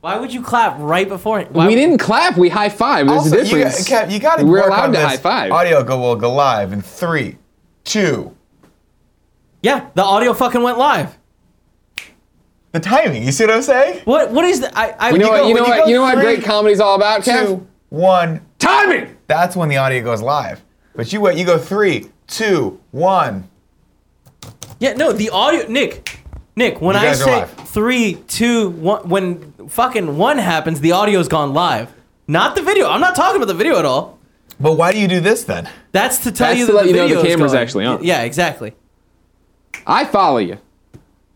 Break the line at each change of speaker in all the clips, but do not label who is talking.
Why would you clap right before? Why
we
would-
didn't clap. We high five. There's
Also,
a
you,
difference.
Kev, you gotta
We're
work
allowed
on
to
this.
high five.
Audio go will go live in three, two.
Yeah, the audio fucking went live.
The timing. You see what I'm saying?
What? What is the? I, I
You know what?
go-
You know
when you
what?
go
You know what?
three,
Great comedy's all about, Kev.
Two, one.
Timing.
That's when the audio goes live. But you wait. You go three, two, one.
Yeah, no, the audio, Nick, Nick. When
You
I
guys are
say
live.
three, two, one, when fucking one happens, the audio's gone live, not the video. I'm not talking about the video at all.
But why do you do this then?
That's to tell
That's
you
to
that
let
the
you know the
video is
camera's
going.
actually on.
Yeah, exactly.
I follow you.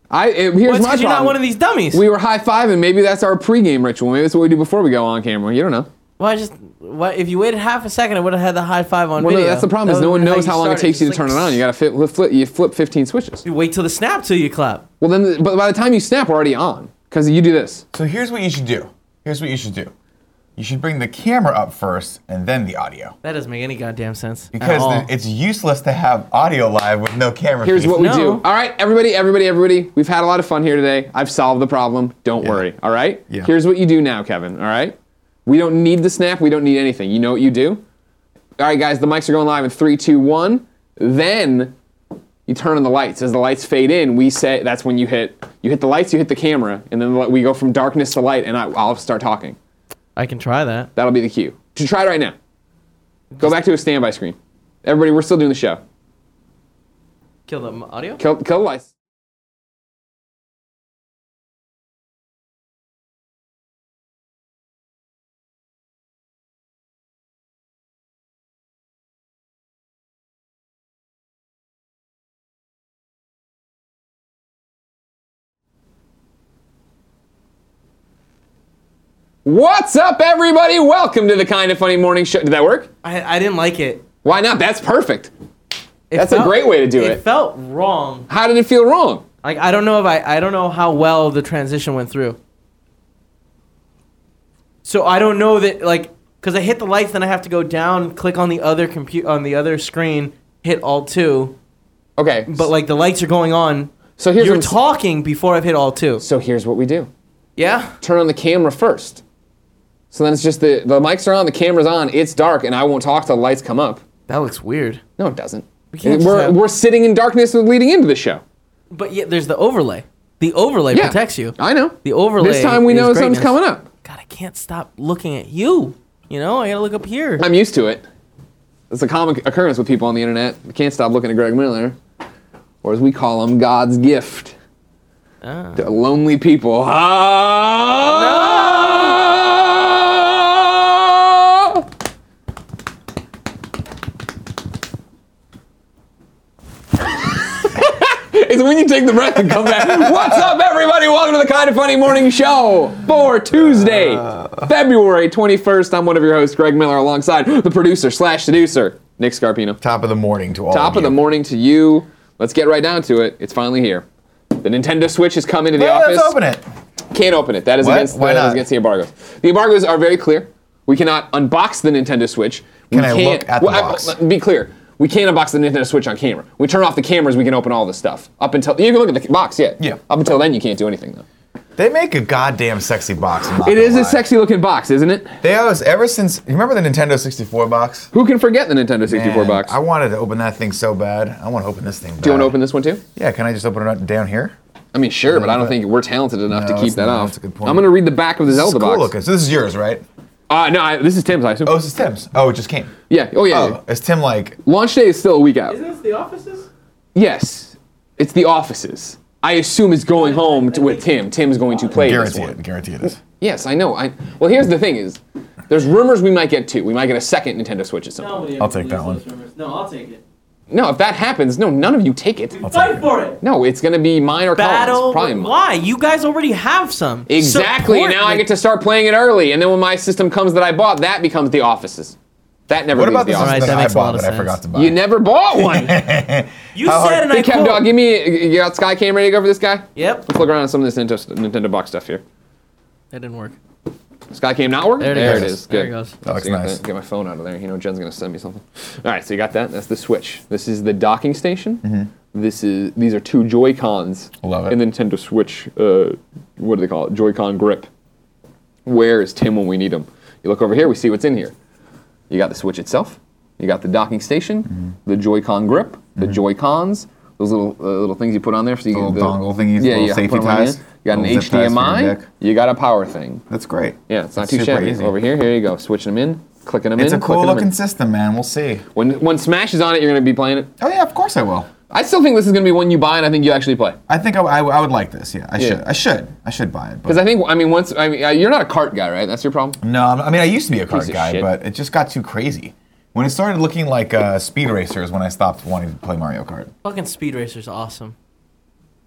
I eh, here's
Well, it's
my
'cause
problem.
you're not one of these dummies.
We were high fiving. Maybe that's our pregame ritual. Maybe that's what we do before we go on camera. You don't know.
well, I just what if you waited half a second, I would have had the high five on
Well,
video.
no, that's the problem. Is
That
no one
would've been
knows how, long it
started.
takes you to
It's
turn
like,
it on. You gotta flip, flip, you flip 15 switches.
you wait till the snap till you clap.
Well, then, but by the time you snap, we're already on. Because you do this.
So here's what you should do. Here's what you should do. You should bring the camera up first and then the audio.
That doesn't make any goddamn sense. at
Because
all.
the- it's useless to have audio live with no camera.
Oh. Here's
feed.
what we
No.
do. All right, everybody, everybody, everybody. We've had a lot of fun here today. I've solved the problem. Don't worry. All right.
Yeah.
Here's what you do now, Kevin. All right. We don't need the snap. We don't need anything. You know what you do. All right, guys. The mics are going live in three, two, one. Then you turn on the lights. As the lights fade in, we say that's when you hit. You hit the lights. You hit the camera, and then we go from darkness to light, and I, I'll start talking.
I can try that.
That'll be the cue. To try it right now. Go back to a standby screen. Everybody, we're still doing the show.
Kill the m- audio.
Kill, kill the lights. What's up, everybody? Welcome to the Kind of Funny Morning Show. Did that work?
I, I didn't like it.
Why not? That's perfect.
It
That's a great way to do
It
it.
felt wrong.
How did it feel wrong?
Like I don't know if I I don't know how well the transition went through. So I don't know that like because I hit the lights, then I have to go down, click on the other compute on the other screen, hit Alt two.
Okay.
But like the lights are going on.
so here's
You're
what I'm-
talking before I've hit Alt two.
so here's what we do.
Yeah.
turn on the camera first. So then it's just the, the mics are on, the camera's on, it's dark, and I won't talk till the lights come up.
That looks weird.
No, it doesn't. We
can't just
are
have-
we're sitting in darkness leading into the show.
But yet there's the overlay. The overlay
Yeah.
protects you.
I know.
The overlay
This time we
is
know something's
greatness.
coming up.
God, I can't stop looking at you. You know, I gotta look up here.
I'm used to it. It's a common occurrence with people on the internet. We can't stop looking at Greg Miller, or as we call him, God's gift.
Ah.
To lonely people. Ah! It's when you take the breath and come back. What's up, everybody? Welcome to the Kind of Funny Morning Show for Tuesday,
Uh.
February 21st. I'm one of your hosts, Greg Miller, alongside the producer slash seducer, Nick Scarpino.
Top of the morning to all.
Top of the morning to you. Let's get right down to it. It's finally here. The Nintendo Switch has come into the
Yeah,
office.
let's open it.
Can't open it. That is
What?
against the,
Why
that is
not?
against the embargoes. The embargoes are very clear. We cannot unbox the Nintendo Switch. We
Can I
can't-
look at the
Well, I-
box?
let- be clear. We can't unbox the Nintendo Switch on camera. We turn off the cameras. We can open all the stuff. Up until you can look at the box, yeah.
Yeah.
Up until then, you can't do anything though.
They make a goddamn sexy box. I'm not
It
gonna
is a
lie.
sexy looking box, isn't it?
They always ever since. You remember the Nintendo 64 box?
Who can forget the Nintendo 64
Man,
box?
I wanted to open that thing so bad. I want to open this thing.
do you want to open this one too?
Yeah, can I just open it up down here?
I mean, sure, but I don't
but-
think we're talented enough to
No,
keep
it's
that
not.
off.
That's a good point.
I'm gonna read the back of Oh, the
It's
Zelda
cool
box.
looking. So this is yours, right?
Uh, no, I, this is Tim's. I assume.
Oh, this is Tim's. Oh, it just came.
yeah. Oh yeah. yeah.
Oh, is Tim like?
Launch day is still a week out.
this the offices?
Yes, it's the offices. I assume is going home to, with Tim. Tim's going to play this
Guarantee
one.
it. Guarantee it is.
Yes, I know. I well, here's the thing: is there's rumors we might get two. We might get a second Nintendo Switch at some point.
I'll take that one.
No, I'll take it.
No, if that happens, no, none of you take it.
Fight for it.
No, it's gonna be mine or
battle.
Colin's. Probably mine.
Why? You guys already have some.
Exactly.
Support
now I
the-
get to start playing it early, and then when my system comes that I bought, that becomes the offices. That never
What
leaves
about
the
this
office.
Alright,
one
that
that I
makes a lot
bought
of
that I
sense.
forgot to buy?
You never bought one. hey,
You said, and I
Cap
quote.
Dog, give me. You got Sky Cam ready to go for this guy?
Yep.
Let's look around at some of this Nintendo, Nintendo box stuff here.
That didn't work.
Sky came not working.
There it
it
goes.
is. Good.
There it goes.
That looks
So I got
nice.
Get my phone out of there. You know, Jen's gonna send me something. All right, so you got that. That's the Switch. This is the docking station. This is these are two Joy Cons.
Mm-hmm. Love it.
And Nintendo Switch. Uh, what do they call it? Joy Con grip. Where is Tim when we need him? You look over here, we see what's in here. You got the Switch itself. You got the docking station,
Mm-hmm.
the Joy-Con grip, the Joy-Cons, those little uh, little things you put on there. So you
The
can,
Mm-hmm. little dongle thingies,
yeah,
little
yeah,
safety
put 'em on
ties,
there. You got an
little zip ties for your
HDMI.
neck.
You got a power thing.
That's great.
Yeah, it's not
It's
too
super
shabby.
easy.
Over here, here you go. Switching them in, clicking them
It's
in.
a cool
clicking 'em in.
looking system, man. We'll see.
When when Smash is on it, you're gonna be playing it.
Oh yeah, of course I will.
I still think this is gonna be one you buy, and I think you actually play.
I think I, I, I would like this. Yeah, I should. I should. I should buy it. But
Because I think I mean once I mean uh, you're not a cart guy, right? That's your problem.
No, I'm- I mean I used to be a card
Piece of
guy,
shit.
but it just got too crazy. When it started looking like uh, Speed Racer is when I stopped wanting to play Mario Kart.
Fucking Speed Racer's awesome.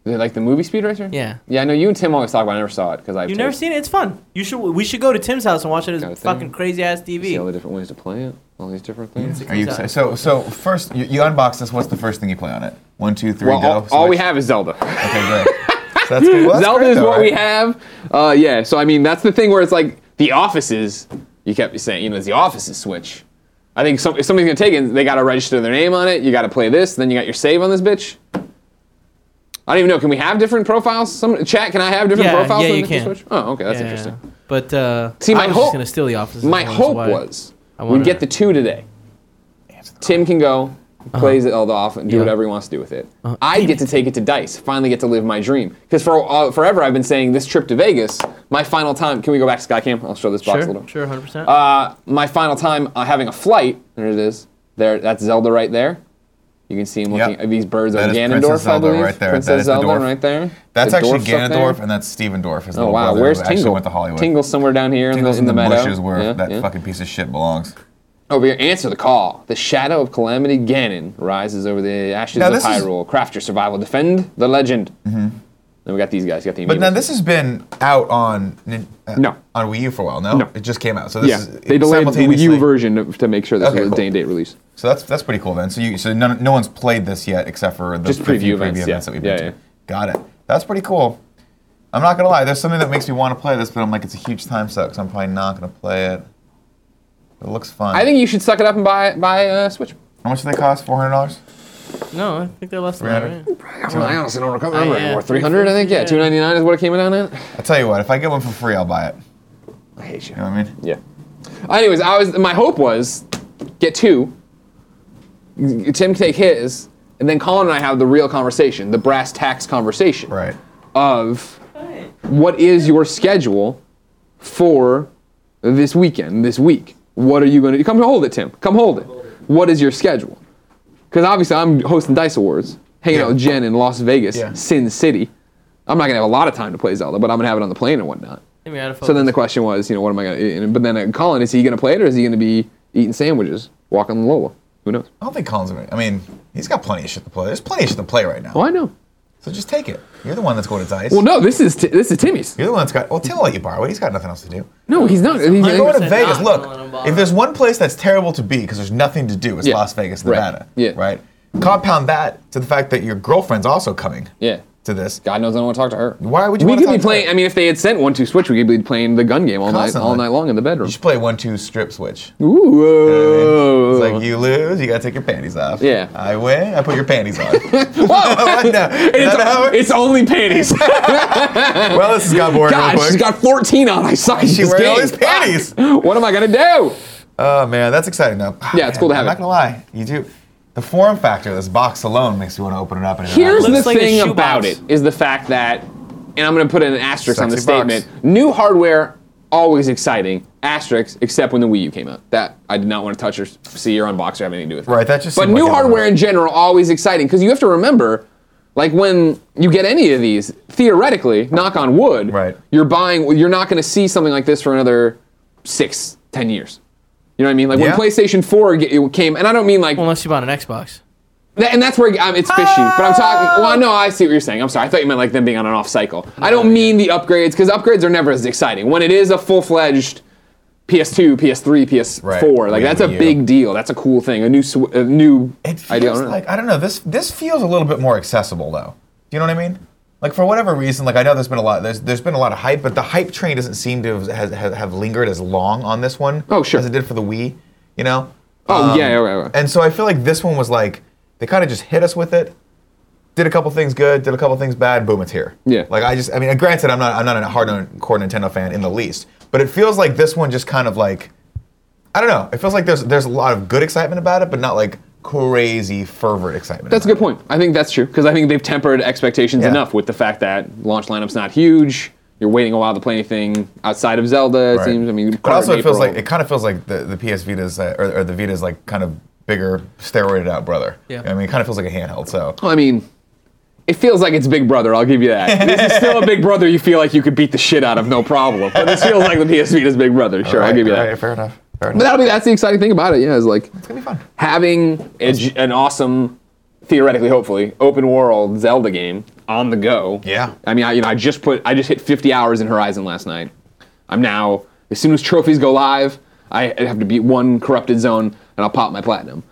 Is it Like the movie Speed Racer.
Yeah.
Yeah, I know you and Tim always talk about. it. I never saw it because I've
You've never seen it? It's fun. You should. We should go to Tim's house and watch it on
Got a
his
thing.
fucking crazy ass
see all
TV.
the different ways to play it, all these different things.
Are you
Exactly.
excited? So so first you, you unbox this. What's the first thing you play on it? One, two, three,
Well,
go.
all, all we
switch.
have is Zelda.
Okay, great. So that's good. Well, that's
Zelda
great
is
though,
what we
right?
have. Uh, yeah, so I mean that's the thing where it's like the offices. You kept saying, you know, it's the offices switch. I think some, if somebody's gonna take it, they gotta register their name on it. You gotta play this, then you got your save on this bitch. I don't even know. Can we have different profiles? Some chat. Can I have different
Yeah,
profiles?
yeah,
on
you
the
can.
Switch? Oh, okay, that's
Yeah.
interesting.
But uh,
See, my
I was
hope-
just gonna steal the office.
My hope was we
wanna-
get the two today. Tim can go,
Uh-huh.
plays it all off, and do
Yeah.
whatever he wants to do with it. I get to take it to Dice. Finally, get to live my dream. Because for uh, forever, I've been saying this trip to Vegas, my final time. Can we go back to Skycam? I'll show this box a
Sure,
little.
sure, hundred percent.
Uh, my final time uh, having a flight. There it is. There, that's Zelda right there. You can see him looking
Yep.
at these birds
That
on
is
Ganondorf,
Princess
I
Zelda
believe.
right there. That
Princess
is the
Zelda
dwarf.
right there.
That's
The dwarf's
actually
up there.
Ganondorf, and that's Steven Dorff. His
Oh
little
wow,
brother
where's
who
Tingle?
actually went to Hollywood.
Tingle's somewhere down here in the,
Tingle's
in the, meadow.
bushes where
Yeah,
that
yeah.
fucking piece of shit belongs.
Over here, answer the call. The shadow of Calamity Ganon rises over the ashes
Now,
of
this is-
Hyrule. Craft your survival. Defend the legend. Mm-hmm. Then we got these guys. You got the
But now
Amiibos.
this has been out on nin- uh,
No.
on Wii U for a while. No,
No.
it just came out. So this
yeah,
is
they delayed the Wii U
simultaneously-
version to- to make sure this
Okay,
was a
cool.
day and date release.
So that's that's pretty cool then. So you so none, no one's played this yet except for the
Just
the few
preview events, yeah.
that we've
Yeah,
been
yeah.
to. Got it. That's pretty cool. I'm not gonna lie. There's something that makes me want to play this, but I'm like it's a huge time suck, so I'm probably not gonna play it. It looks fun.
I think you should suck it up and buy buy uh, Switch.
How much do they cost? Four hundred dollars.
no, I think they're less than that.
300?
Right?
I honestly don't remember
Uh, yeah,
anymore. 300, I think. Yeah,
yeah.
299 is what it came down at.
I tell you what, if I get one for free, I'll buy it.
I hate you.
You know what I mean?
Yeah. Anyways, I was my hope was get two. Tim take his, and then Colin and I have the real conversation, the brass tacks conversation.
Right.
of what is your schedule for this weekend, this week? What are you going to do? Come hold it, Tim. Come hold it. What is your schedule? Because obviously, I'm hosting Dice Awards, hanging
Yeah.
out with Jen in Las Vegas,
Yeah.
Sin City. I'm not going to have a lot of time to play Zelda, but I'm going to have it on the plane and whatnot.
I mean, out of
So then the
focus.
question was, you know, what am I going to But then uh, Colin, is he going to play it or is he going to be eating sandwiches, walking the Lola? Who knows?
I don't think Colin's gonna. I mean, he's got plenty of shit to play. There's plenty of shit to play right now.
Oh, I know.
So just take it. You're the one that's going to dice.
Well, no, this is t- this is Timmy's.
You're the one that's got. Well, Tim will let you borrow it. He's got nothing else to do.
No, he's not. He's,
You're going to
100%
Vegas.
not
Look,
gonna let him borrow
if there's one place that's terrible to be because there's nothing to do, it's
Yeah.
Las Vegas,
Right.
Nevada.
Yeah.
Right. Compound that to the fact that your girlfriend's also coming
yeah.
to this.
God knows I don't want to talk to her.
Why would you
We
wanna
could
talk
be
to
playing.
her?
I mean, if they had sent one two switch, we could be playing the gun game all night, all
Constantly.
night long in the bedroom.
You should play one two strip switch.
Ooh,
You know
whoa.
what I mean? It's like you lose, you gotta take your panties off.
Yeah.
I win, I put your panties on. What? No. Is
it's,
that how it-
it's only panties.
well, this has got boring
God,
real quick.
she's got 14 on. I suck. at
she
this
wearing all
game.
these panties.
Fuck. What am I gonna do?
Oh man, that's exciting though. Ah,
Yeah, it's cool to have
I'm
it.
not gonna lie, you do. The form factor of this box alone makes you want to open it up and.
Here's
Looks
the
like a
thing about
shoebox.
it is the fact that, and I'm going to put an asterisk on the
Sexy box.
statement. New hardware always exciting. Asterisk, except when the Wii U came out. That I did not want to touch or see or unbox or have anything to do with.
Right, that just
But
seemed
new
like it
hardware
was-
in general always exciting because you have to remember, like when you get any of these, theoretically, knock on wood,
Right.
you're buying. You're not going to see something like this for another six, ten years. You know what I mean? Like
Yeah.
when PlayStation 4 ge- came, and I don't mean like
Well, unless you bought an Xbox.
Th- and that's where um, it's fishy. But I'm talking. Well, no, I see what you're saying. I'm sorry. I thought you meant like them being on an off cycle. I don't mean the upgrades because upgrades are never as exciting. When it is a full fledged PS2, PS3, PS4,
Right.
like
Wii,
that's a
Wii U.
big deal. That's a cool thing. A new, sw- a new
It feels
idea. I don't know.
like I don't know. This this feels a little bit more accessible though. Do you know what I mean? Like for whatever reason, like I know there's been a lot there's there's been a lot of hype, but the hype train doesn't seem to have has, has, have lingered as long on this one
Oh, sure.
as it did for the Wii. You know? Um,
Oh, yeah, yeah, right, right.
And so I feel like this one was like they kind of just hit us with it. Did a couple things good, did a couple things bad. Boom, it's here.
Yeah.
Like I just, I mean, granted, I'm not, I'm not a hard-core Nintendo fan in the least, But it feels like this one just kind of like I don't know. It feels like there's there's a lot of good excitement about it, but not like crazy fervent excitement.
That's a
about
good point. I think that's true because I think they've tempered expectations
Yeah.
enough with the fact that launch lineup's not huge. You're waiting a while to play anything outside of Zelda. It
Right.
seems. I mean,
But
part
also,
of
it feels
April-
like it kind of feels like the, the PS Vita's uh, or, or the Vita's like kind of bigger, steroided out brother.
Yeah.
I mean, it kind of feels like a handheld. So
Well, I mean, it feels like it's Big Brother. I'll give you that. this is still a Big Brother. You feel like you could beat the shit out of, no problem. But this feels like the PS Vita's Big Brother. Sure, I'll
Right,
give you that.
right, fair enough.
But
Fair enough.
that'll be that's the exciting thing about it. Yeah, is like
It's gonna be fun.
having a g an awesome, theoretically, hopefully, open world Zelda game on the go.
Yeah.
I mean, I, you know, I just put, I just hit 50 hours in Horizon last night. I'm now, as soon as trophies go live, I have to beat one corrupted zone, and I'll pop my platinum.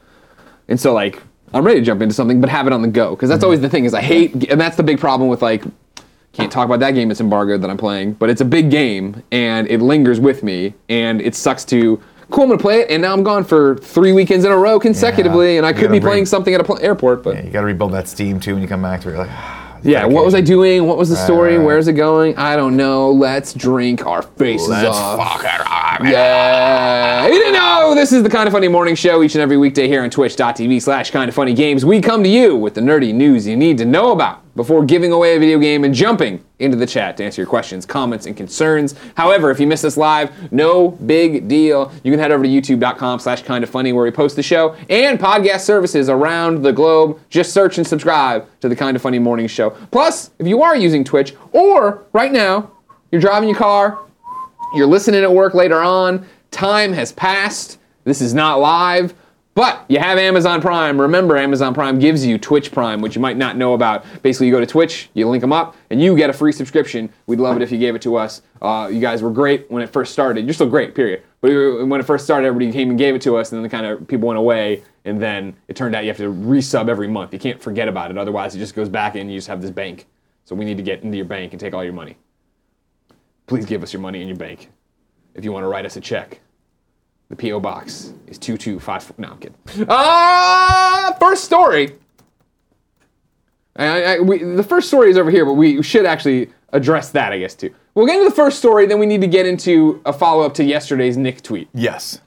And so, like, I'm ready to jump into something, but have it on the go, because that's always the thing. Is I hate, and that's the big problem with like. Can't talk about that game. It's embargoed that I'm playing, but it's a big game and it lingers with me, and it sucks to. Cool, I'm gonna play it, and now I'm gone for three weekends in a row consecutively,
Yeah,
and I
you
could
gotta
be
bring-
playing something at a pl- airport. But
You got to rebuild that steam too when you come back. To it. You're like, ah,
yeah, what was I doing? What was the story?
right.
Where's it going? I don't know. Let's drink our faces
Let's
off.
fuck it up.
Yeah. You didn't know this is the Kind of Funny Morning Show each and every weekday here on twitch.tv slash kind of funny games. We come to you with the nerdy news you need to know about before giving away a video game and jumping into the chat to answer your questions, comments, and concerns. However, if you miss us live, no big deal. You can head over to youtube.com slash kind of funny where we post the show and podcast services around the globe. Just search and subscribe to the Kind of Funny Morning Show. Plus, if you are using Twitch or right now, you're driving your car, you're listening at work later on. Time has passed. This is not live. But you have Amazon Prime. Remember, Amazon Prime gives you Twitch Prime, which you might not know about. Basically, you go to Twitch, you link them up, and you get a free subscription. We'd love it if you gave it to us. Uh, you guys were great when it first started. You're still great, period. But we were- when it first started, everybody came and gave it to us, and then the kind of people went away, and then it turned out you have to resub every month. You can't forget about it, otherwise it just goes back and you just have this bank. So we need to get into your bank and take all your money please give us your money in your bank. If you want to write us a check, the P.O. Box is 2254. No, I'm kidding. Ah, first story. I, I- I- we, the first story is over here, but we should actually address that, I guess, too. We'll get into the first story, then we need to get into a follow up to yesterday's Nick tweet.
Yes.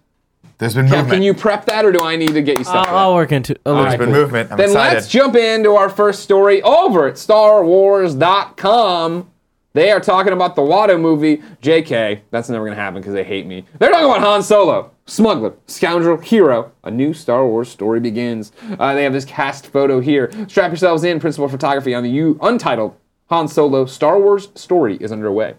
There's been
Now,
movement.
can you prep that, or do I need to get you stuff? for
I'll,
that?
I'll work into. I'll
right,
look
There's been
cool.
movement. I'm
then
excited.
let's jump into our first story over at StarWars.com. They are talking about the Watto movie. JK, that's never going to happen because they hate me. They're talking about Han Solo, smuggler, scoundrel, hero. A new Star Wars story begins. Uh, they have this cast photo here. Strap yourselves in. Principal photography on the U- untitled Han Solo Star Wars story is underway.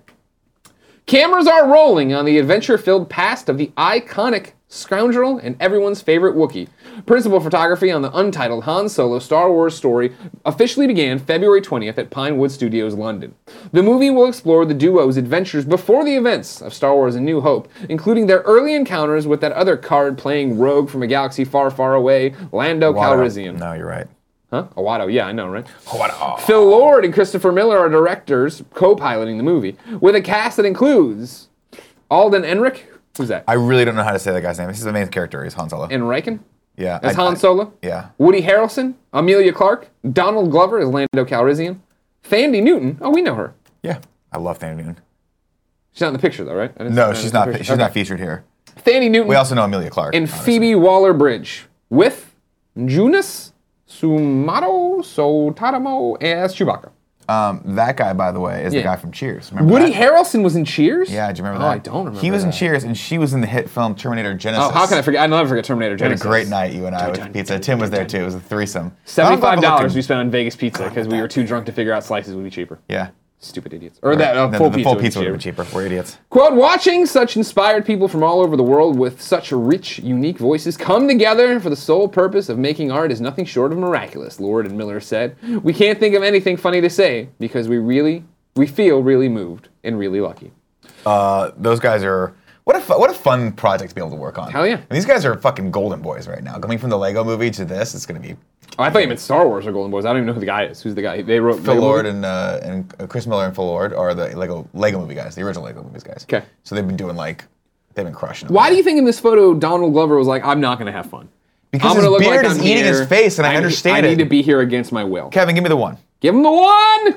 Cameras are rolling on the adventure filled past of the iconic scoundrel and everyone's favorite Wookiee. Principal photography on the untitled Han Solo Star Wars story officially began February 20th at Pinewood Studios, London. The movie will explore the duo's adventures before the events of Star Wars A New Hope, including their early encounters with that other card playing rogue from a galaxy far, far away, Lando
Wow.
Calrissian.
No, you're right.
Huh? Awato, yeah, I know, right?
What a-
Phil Lord and Christopher Miller are directors, co-piloting the movie, with a cast that includes Alden Enrich. Who's that?
I really don't know how to say that guy's name. This is the main character. He's Han Solo.
Enrichen?
yeah.
As
I-
Han
I-
Solo?
yeah.
Woody Harrelson? Amelia Clark? Donald Glover as Lando Calrissian? Fandy Newton? Oh, we know her.
Yeah. I love Fanny Newton.
She's not in the picture, though, right? I didn't
No,
see her
she's
in the
not.
picture.
She's
Okay.
not featured here.
Fandy Newton
We also know Amelia Clark.
and
honestly.
Phoebe Waller-Bridge with Jonas Sumato Sotomayor as Chewbacca.
Um, that guy, by the way, is
Yeah.
the guy from Cheers. Remember
Woody
that?
Harrelson was in Cheers?
Yeah, do you remember
Oh,
that?
I don't remember
He was in
that.
Cheers, and she was in the hit film Terminator Genesis.
Oh, how can I forget? I never forget Terminator
What a
Genesis.
great night you and I
dun,
with pizza. Tim was there too. It was a threesome.
Seventy-five dollars we
Yeah.
spent on Vegas pizza because we were too drunk to figure out slices would be cheaper. Stupid idiots. Or that uh,
The-
full
the
pizza.
full
would
pizza
be
would
cheaper.
have been cheaper. We're idiots.
Quote: Watching such inspired people from all over the world with such rich, unique voices come together for the sole purpose of making art is nothing short of miraculous. Lord and Miller said, "We can't think of anything funny to say because we really, we feel really moved and really lucky."
Uh, those guys are. What a, fu- what a fun project to be able to work on.
Hell yeah.
And these guys are fucking golden boys right now. Coming from the Lego movie to this, it's going to be
Oh, I thought you meant Star Wars or Golden Boys. I don't even know who the guy is. Who's the guy? They wrote
Phil
they wrote-
Lord and, uh, and uh, Chris Miller and Phil Lord are the Lego Lego movie guys, the original Lego movies guys.
'Kay.
So they've been doing like, they've been crushing it.
Why do you think in this photo Donald Glover was like, "I'm not going to have fun"?
Because
I'm gonna
his
look
beard
like
is
I'm
eating his
here.
face, and I
need-
understand
I need
it.
to be here against my will.
Kevin, give me the one.
Give him the one.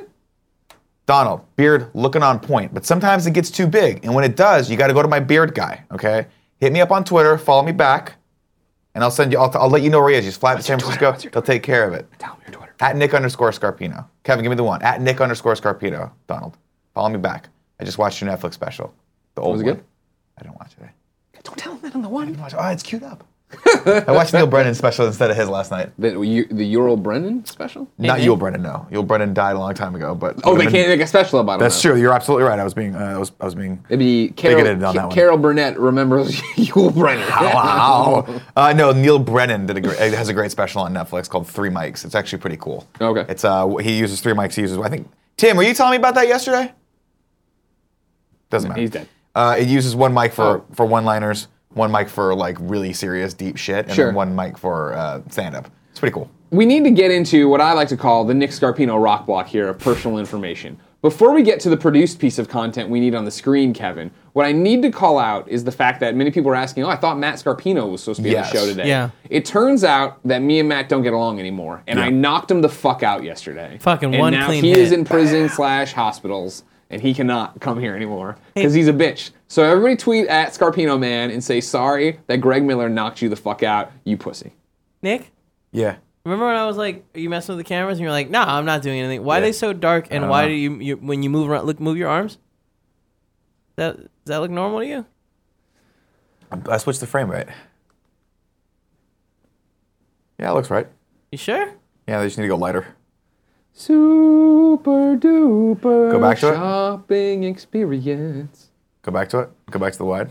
Donald, beard looking on point, but sometimes it gets too big. And when it does, you got to go to my beard guy, okay? Hit me up on Twitter, follow me back, and I'll send you, I'll, I'll let you know where he is. Just fly up to San Francisco, they'll take care of it.
Tell me your Twitter.
At Nick underscore Scarpino. Kevin, give me the one. At Nick underscore Scarpino, Donald. Follow me back. I just watched your Netflix special. The old
Was it
one.
good?
I didn't watch it.
Don't tell him that on the one.
Watch- Oh, it's queued up. I watched Neil Brennan's special instead of his last night.
The, you- the Ural Brennan special?
Not Yul Brennan, no. Yul Brennan died a long time ago, but
Oh, they can't make a special about it.
That's true. You're absolutely right. I was being, uh, I was, I was being.
It'd be Carol,
Bigoted on
Ca-
that one.
Carol Burnett remembers Yul Brennan.
Wow. uh, no, Neil Brennan did a great, has a great special on Netflix called Three Mics. It's actually pretty cool.
Okay.
It's uh, he uses three mics. He uses. I think Tim, were you telling me about that yesterday? Doesn't matter.
he's dead.
Uh, it uses one mic for
Oh.
for one-liners, one mic for like really serious deep shit, and
Sure.
then one mic for uh, stand-up. It's pretty cool.
we need to get into what I like to call the Nick Scarpino rock block here of personal information. Before we get to the produced piece of content we need on the screen, Kevin, what I need to call out is the fact that many people are asking, oh, I thought Matt Scarpino was supposed to be
Yes.
on the show today.
Yeah.
It turns out that me and Matt don't get along anymore, and I knocked him the fuck out yesterday.
Fucking
and
one
now
clean
he
hit.
is in prison slash hospitals, and he cannot come here anymore because he's a bitch. So everybody tweet at Scarpino Man and say, sorry that Greg Miller knocked you the fuck out, you pussy.
Nick,
Yeah.
remember when I was like, "Are you messing with the cameras?" And you're like, "No, I'm not doing anything." Why are they so dark? And why do you, you when you move around, look, move your arms? That does that look normal to you?
I switched the frame rate. Yeah, it looks right.
You sure?
Yeah, they just need to go lighter.
Super duper
Go back to it.
shopping experience.
Go back to it. Go back to the wide.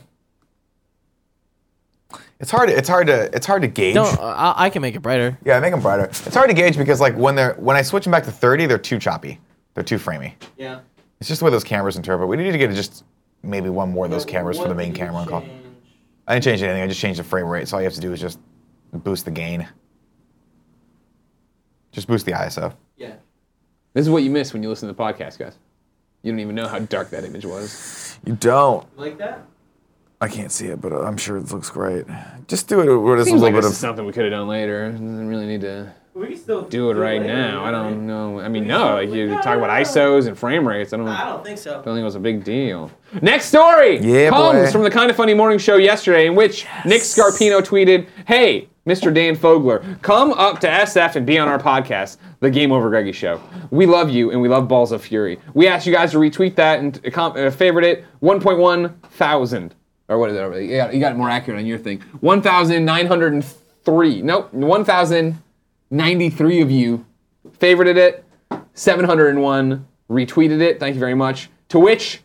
It's hard. It's hard to. It's hard to gauge.
Don't. I, I can make it brighter.
Yeah, make them brighter. It's hard to gauge because like when they're when I switch them back to 30, they're too choppy. They're too framey.
Yeah.
It's just the way those cameras interpret. We need to get just maybe one more of those cameras for the main camera and call. I didn't change anything. I just changed the frame rate. So all you have to do is just boost the gain. Just boost the ISO.
Yeah.
This is what you miss when you listen to the podcast, guys. You don't even know how dark that image was.
You don't.
Like that?
I can't see it, but I'm sure it looks great. Just do it with a
Seems like this is something we could have done later. Doesn't really need to
We can still
do it right now. I don't know. I mean, no. Like you talk about ISOs and frame rates. I don't.
I
I
don't think so.
don't think it was a big deal. Next story
Yeah,
comes
boy.
from the Kind of Funny Morning Show yesterday, in which Nick Scarpino tweeted, "Hey, Mr. Dan Fogler, come up to SF and be on our podcast, The Game Over Greggy Show. We love you and we love Balls of Fury. We asked you guys to retweet that and to com- uh, favorite it. 1.1 thousand, or what is it? You got, you got it more accurate on your thing. 1,903. Nope, 1,093 of you favorited it. 701 retweeted it. Thank you very much. To which,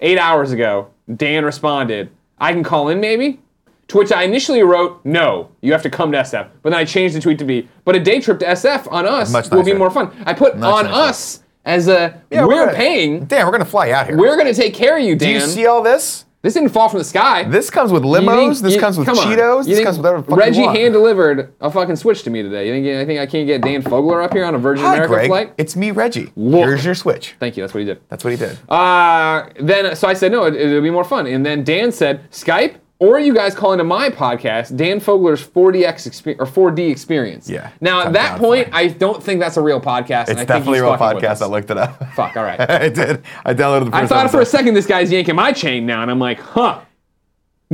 eight hours ago, Dan responded, I can call in maybe? To which I initially wrote, no, you have to come to SF. But then I changed the tweet to be, but a day trip to SF on us
Much
will be
nicer.
more fun. I put
Much
on
nicer.
us as a, we're, paying,
Damn, we're gonna fly out here.
we're going to take care of you,
do
Dan.
you see all this?
this didn't fall from the sky.
This comes with
You
limos.
think-
this
you-
comes with
come on.
Cheetos.
You
This
think
comes with whatever. the fuck you
Reggie
want.
hand delivered a fucking switch to me today. You think I think I can't get Dan Fogler up here on a Virgin
Hi,
America
Greg.
flight?
It's me, Reggie.
Look.
Here's your switch.
Thank you. That's what he did.
That's what he did.
Uh, then so I said no, it, it'll be more fun. And then Dan said Skype or you guys call into my podcast, Dan Fogler's 4DX experience or 4D experience.
Yeah,
Now at
sounds
that
down
point,
fine.
I don't think that's a real podcast. and I
It's
think
definitely a
he's
real
fucking with
podcast.
us.
I looked it up.
Fuck. All right.
I did. I downloaded the first
I thought for a
episode.
second this guy's yanking my chain now, and I'm like, huh.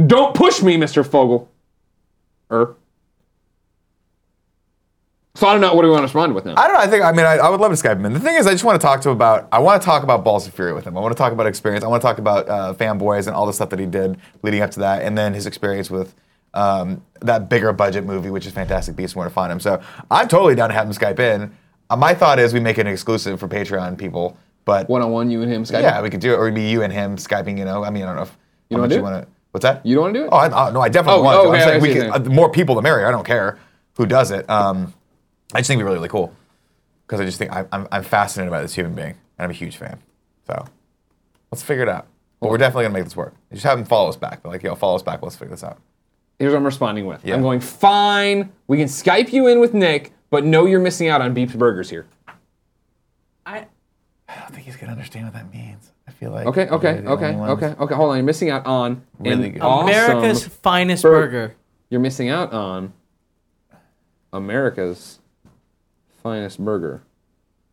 Don't push me, Mr. Fogel. Er. So I don't know what do we want to respond with now.
I don't know. I think, I mean, I, I would love to Skype him. And the thing is, I just want to talk to him about, I want to talk about Balls of Fury with him. I want to talk about experience. I want to talk about uh, fanboys and all the stuff that he did leading up to that. And then his experience with um, that bigger budget movie, which is Fantastic Beasts and Where to Find Him. So I'm totally down to have him Skype in. Uh, my thought is we make it an exclusive for Patreon people. But
One on one, you and him, Skype.
yeah, we could do it. Or it'd be you and him Skyping, you know. I mean, I don't know if
You wanna
how much
do
you
it?
want to. What's that?
You don't wanna do it?
Oh, I, oh no, I definitely
Oh,
want to.
okay,
I'm
I
saying we
see
could,
what
uh,
you're
the more people the merrier. I don't care who does it. Um, I just think it'd be really, really cool because I just think I, I'm, I'm fascinated by this human being and I'm a huge fan. So let's figure it out. But we're definitely gonna make this work. Just have him follow us back. Be Like, yo, follow us back. Let's figure this out.
Here's what I'm responding with.
Yeah.
I'm going, fine, we can Skype you in with Nick, but no, you're missing out on Beeps Burgers here.
I
I don't think he's gonna understand what that means. I feel like
Okay,
we're
okay,
the only
okay,
ones.
okay, okay. Hold on, you're missing out on an
Really good.
awesome-
America's finest
Bur-
burger.
You're missing out on America's finest burger.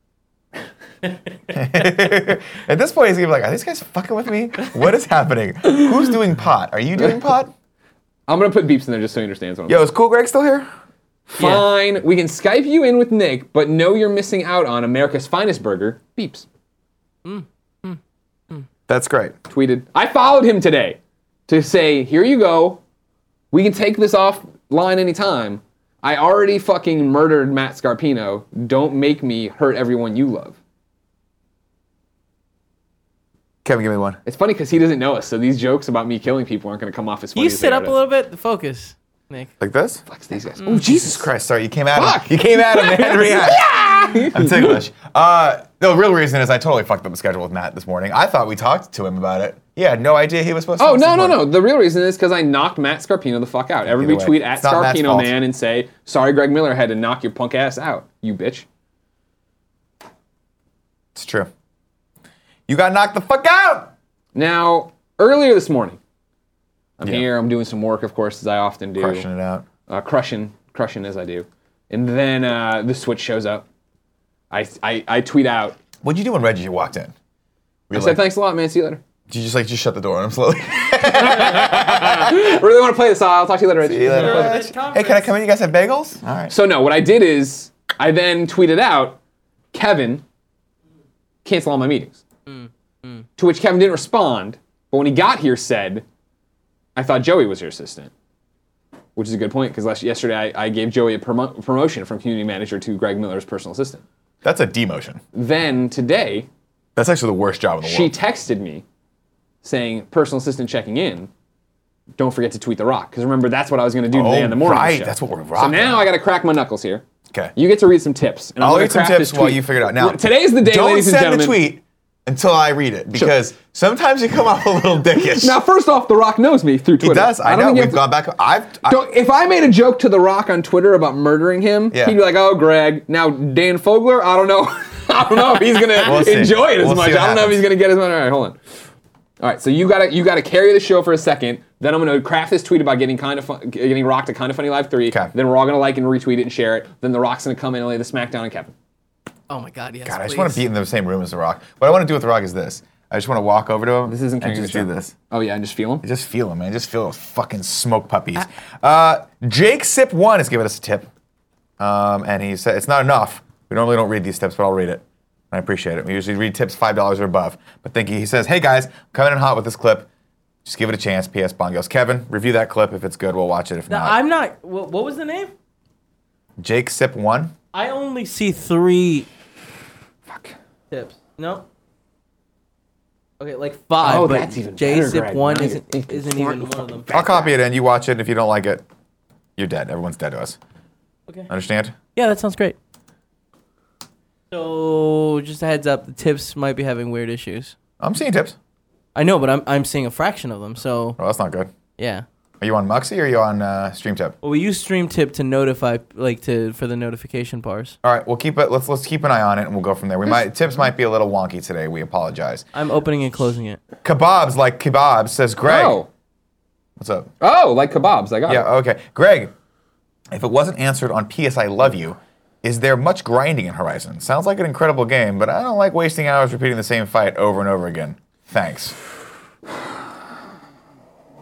At this point, he's gonna be like, "Are these guys fucking with me? What is happening? Who's doing pot? Are you doing pot?
I'm gonna put beeps in there just so he understands what I'm
Yo, is Cool Greg still here?
Fine. We can Skype you in with Nick, but know you're missing out on America's finest burger. Beeps.
That's great.
Tweeted. I followed him today to say, here you go. We can take this offline anytime. I already fucking murdered Matt Scarpino. Don't make me hurt everyone you love.
Kevin, give me one.
It's funny because he doesn't know us, so these jokes about me killing people aren't going to come off as funny.
You
as
sit
they
up
are
a
to-
little Mm. bit. Focus, Nick.
Like this?
Fuck these guys. Oh, Jesus.
Christ, sorry, you came at
Fuck.
him. You came at him. They had to react. I'm ticklish. Uh, the real reason is I totally fucked up the schedule with Matt this morning. I thought we talked to him about it. Yeah, had no idea he was supposed to.
Oh
host
no
this
no
morning.
no! The real reason is because I knocked Matt Scarpino the fuck out. Everybody
way,
tweet at
it's not Matt's
Scarpino
fault.
man and say sorry, Greg Miller had to knock your punk ass out. You bitch.
It's true. You got knocked the fuck out.
Now earlier this morning, I'm
Yeah.
here. I'm doing some work, of course, as I often do.
Crushing it out.
uh, crushing, crushing as I do. And then uh, the switch shows up. I, I, I tweet out.
What'd you do when Reggie walked in? Were you
I said
like,
thanks a lot, man. See you later.
did you just like just shut the door on him slowly?
I really want to play this. I'll talk to you later.
You let him-
You're at
hey, can I
conference.
come in? You guys have bagels? All right.
So no, what I did is I then tweeted out, Kevin, cancel all my meetings. To which Kevin didn't respond, but when he got here, said, I thought Joey was your assistant. Which is a good point because yesterday I, I gave Joey a promo- promotion from community manager to Greg Miller's personal assistant.
That's a demotion.
Then today
That's actually the worst job in the
she
world.
texted me saying, personal assistant checking in. Don't forget to tweet the rock because remember that's what I was going to do today
Oh,
on the morning
right,
show.
that's what we're
So
rocking.
now I got to crack my knuckles here.
Okay.
You get to read some tips. And I'm
I'll
gonna
read some
craft
tips
this
while
tweet.
you figure it out. Now,
today's the day,
Don't
ladies and
send
gentlemen.
the tweet until I read it because sometimes you come off a little dickish.
Now, first off, The Rock knows me through
he
Twitter.
does. I,
don't
know.
think you
We've
have to-
gone back. I've. I,
don't- if I made a joke to The Rock on Twitter about murdering him,
Yeah.
he'd be like, "Oh, Greg." Now, Dan Fogler, I don't know. I don't know if he's gonna
We'll see.
enjoy it as
We'll
much. I
see
don't
what
know if he's
happens.
gonna get as much. All right, hold on. All right, so you gotta you gotta carry the show for a second. Then I'm gonna craft this tweet about getting kind of fun, getting Rock to kind of funny live three.
Okay.
Then we're all gonna like and retweet it and share it. Then The Rock's gonna come in and lay the smack down on Kevin.
Oh my God! Yes.
God, I just
please.
want to be in the same room as The Rock. What I want to do with The Rock is this. I just want to walk over to him.
This isn't
and
King's
just
show.
do this.
Oh yeah, and just feel him.
Just feel him, man. Just feel those fucking smoke puppies. Uh, Jake Sip One is giving us a tip, um, and he said it's not enough. We normally don't read these tips, but I'll read it. I appreciate it. We usually read tips five dollars or above, but thank you. He says, "Hey guys, I'm coming in hot with this clip. Just give it a chance." P.S. Bongos. Kevin, review that clip. If it's good, we'll watch it. If
Now,
not,
I'm not. What, what was the name?
Jake Sip One.
I only see three
Fuck.
tips. No. Okay, like five.
Oh,
but
that's even
J
better,
Sip
Greg.
one
Now
isn't,
you're thinking
isn't
smart
even
and
one of them.
I'll copy it and you watch it. If you don't like it, you're dead. Everyone's dead to us.
Okay.
Understand?
Yeah, that sounds great. So, just a heads up, the tips might be having weird issues.
I'm seeing tips.
I know, but I'm I'm seeing a fraction of them. So,
Well, that's not good.
yeah.
Are you on Muxy or are you on uh, StreamTip?
Well, we use Stream Tip to notify, like, to for the notification bars.
All right, we'll keep it. Let's let's keep an eye on it, and we'll go from there. We might tips might be a little wonky today. We apologize.
I'm opening and closing it.
Kebabs like kebabs says Greg.
Oh.
What's up?
Oh, like kebabs. I got it.
Yeah, okay, Greg. If it wasn't answered on PS, I love you. Is there much grinding in Horizon? Sounds like an incredible game, but I don't like wasting hours repeating the same fight over and over again. Thanks.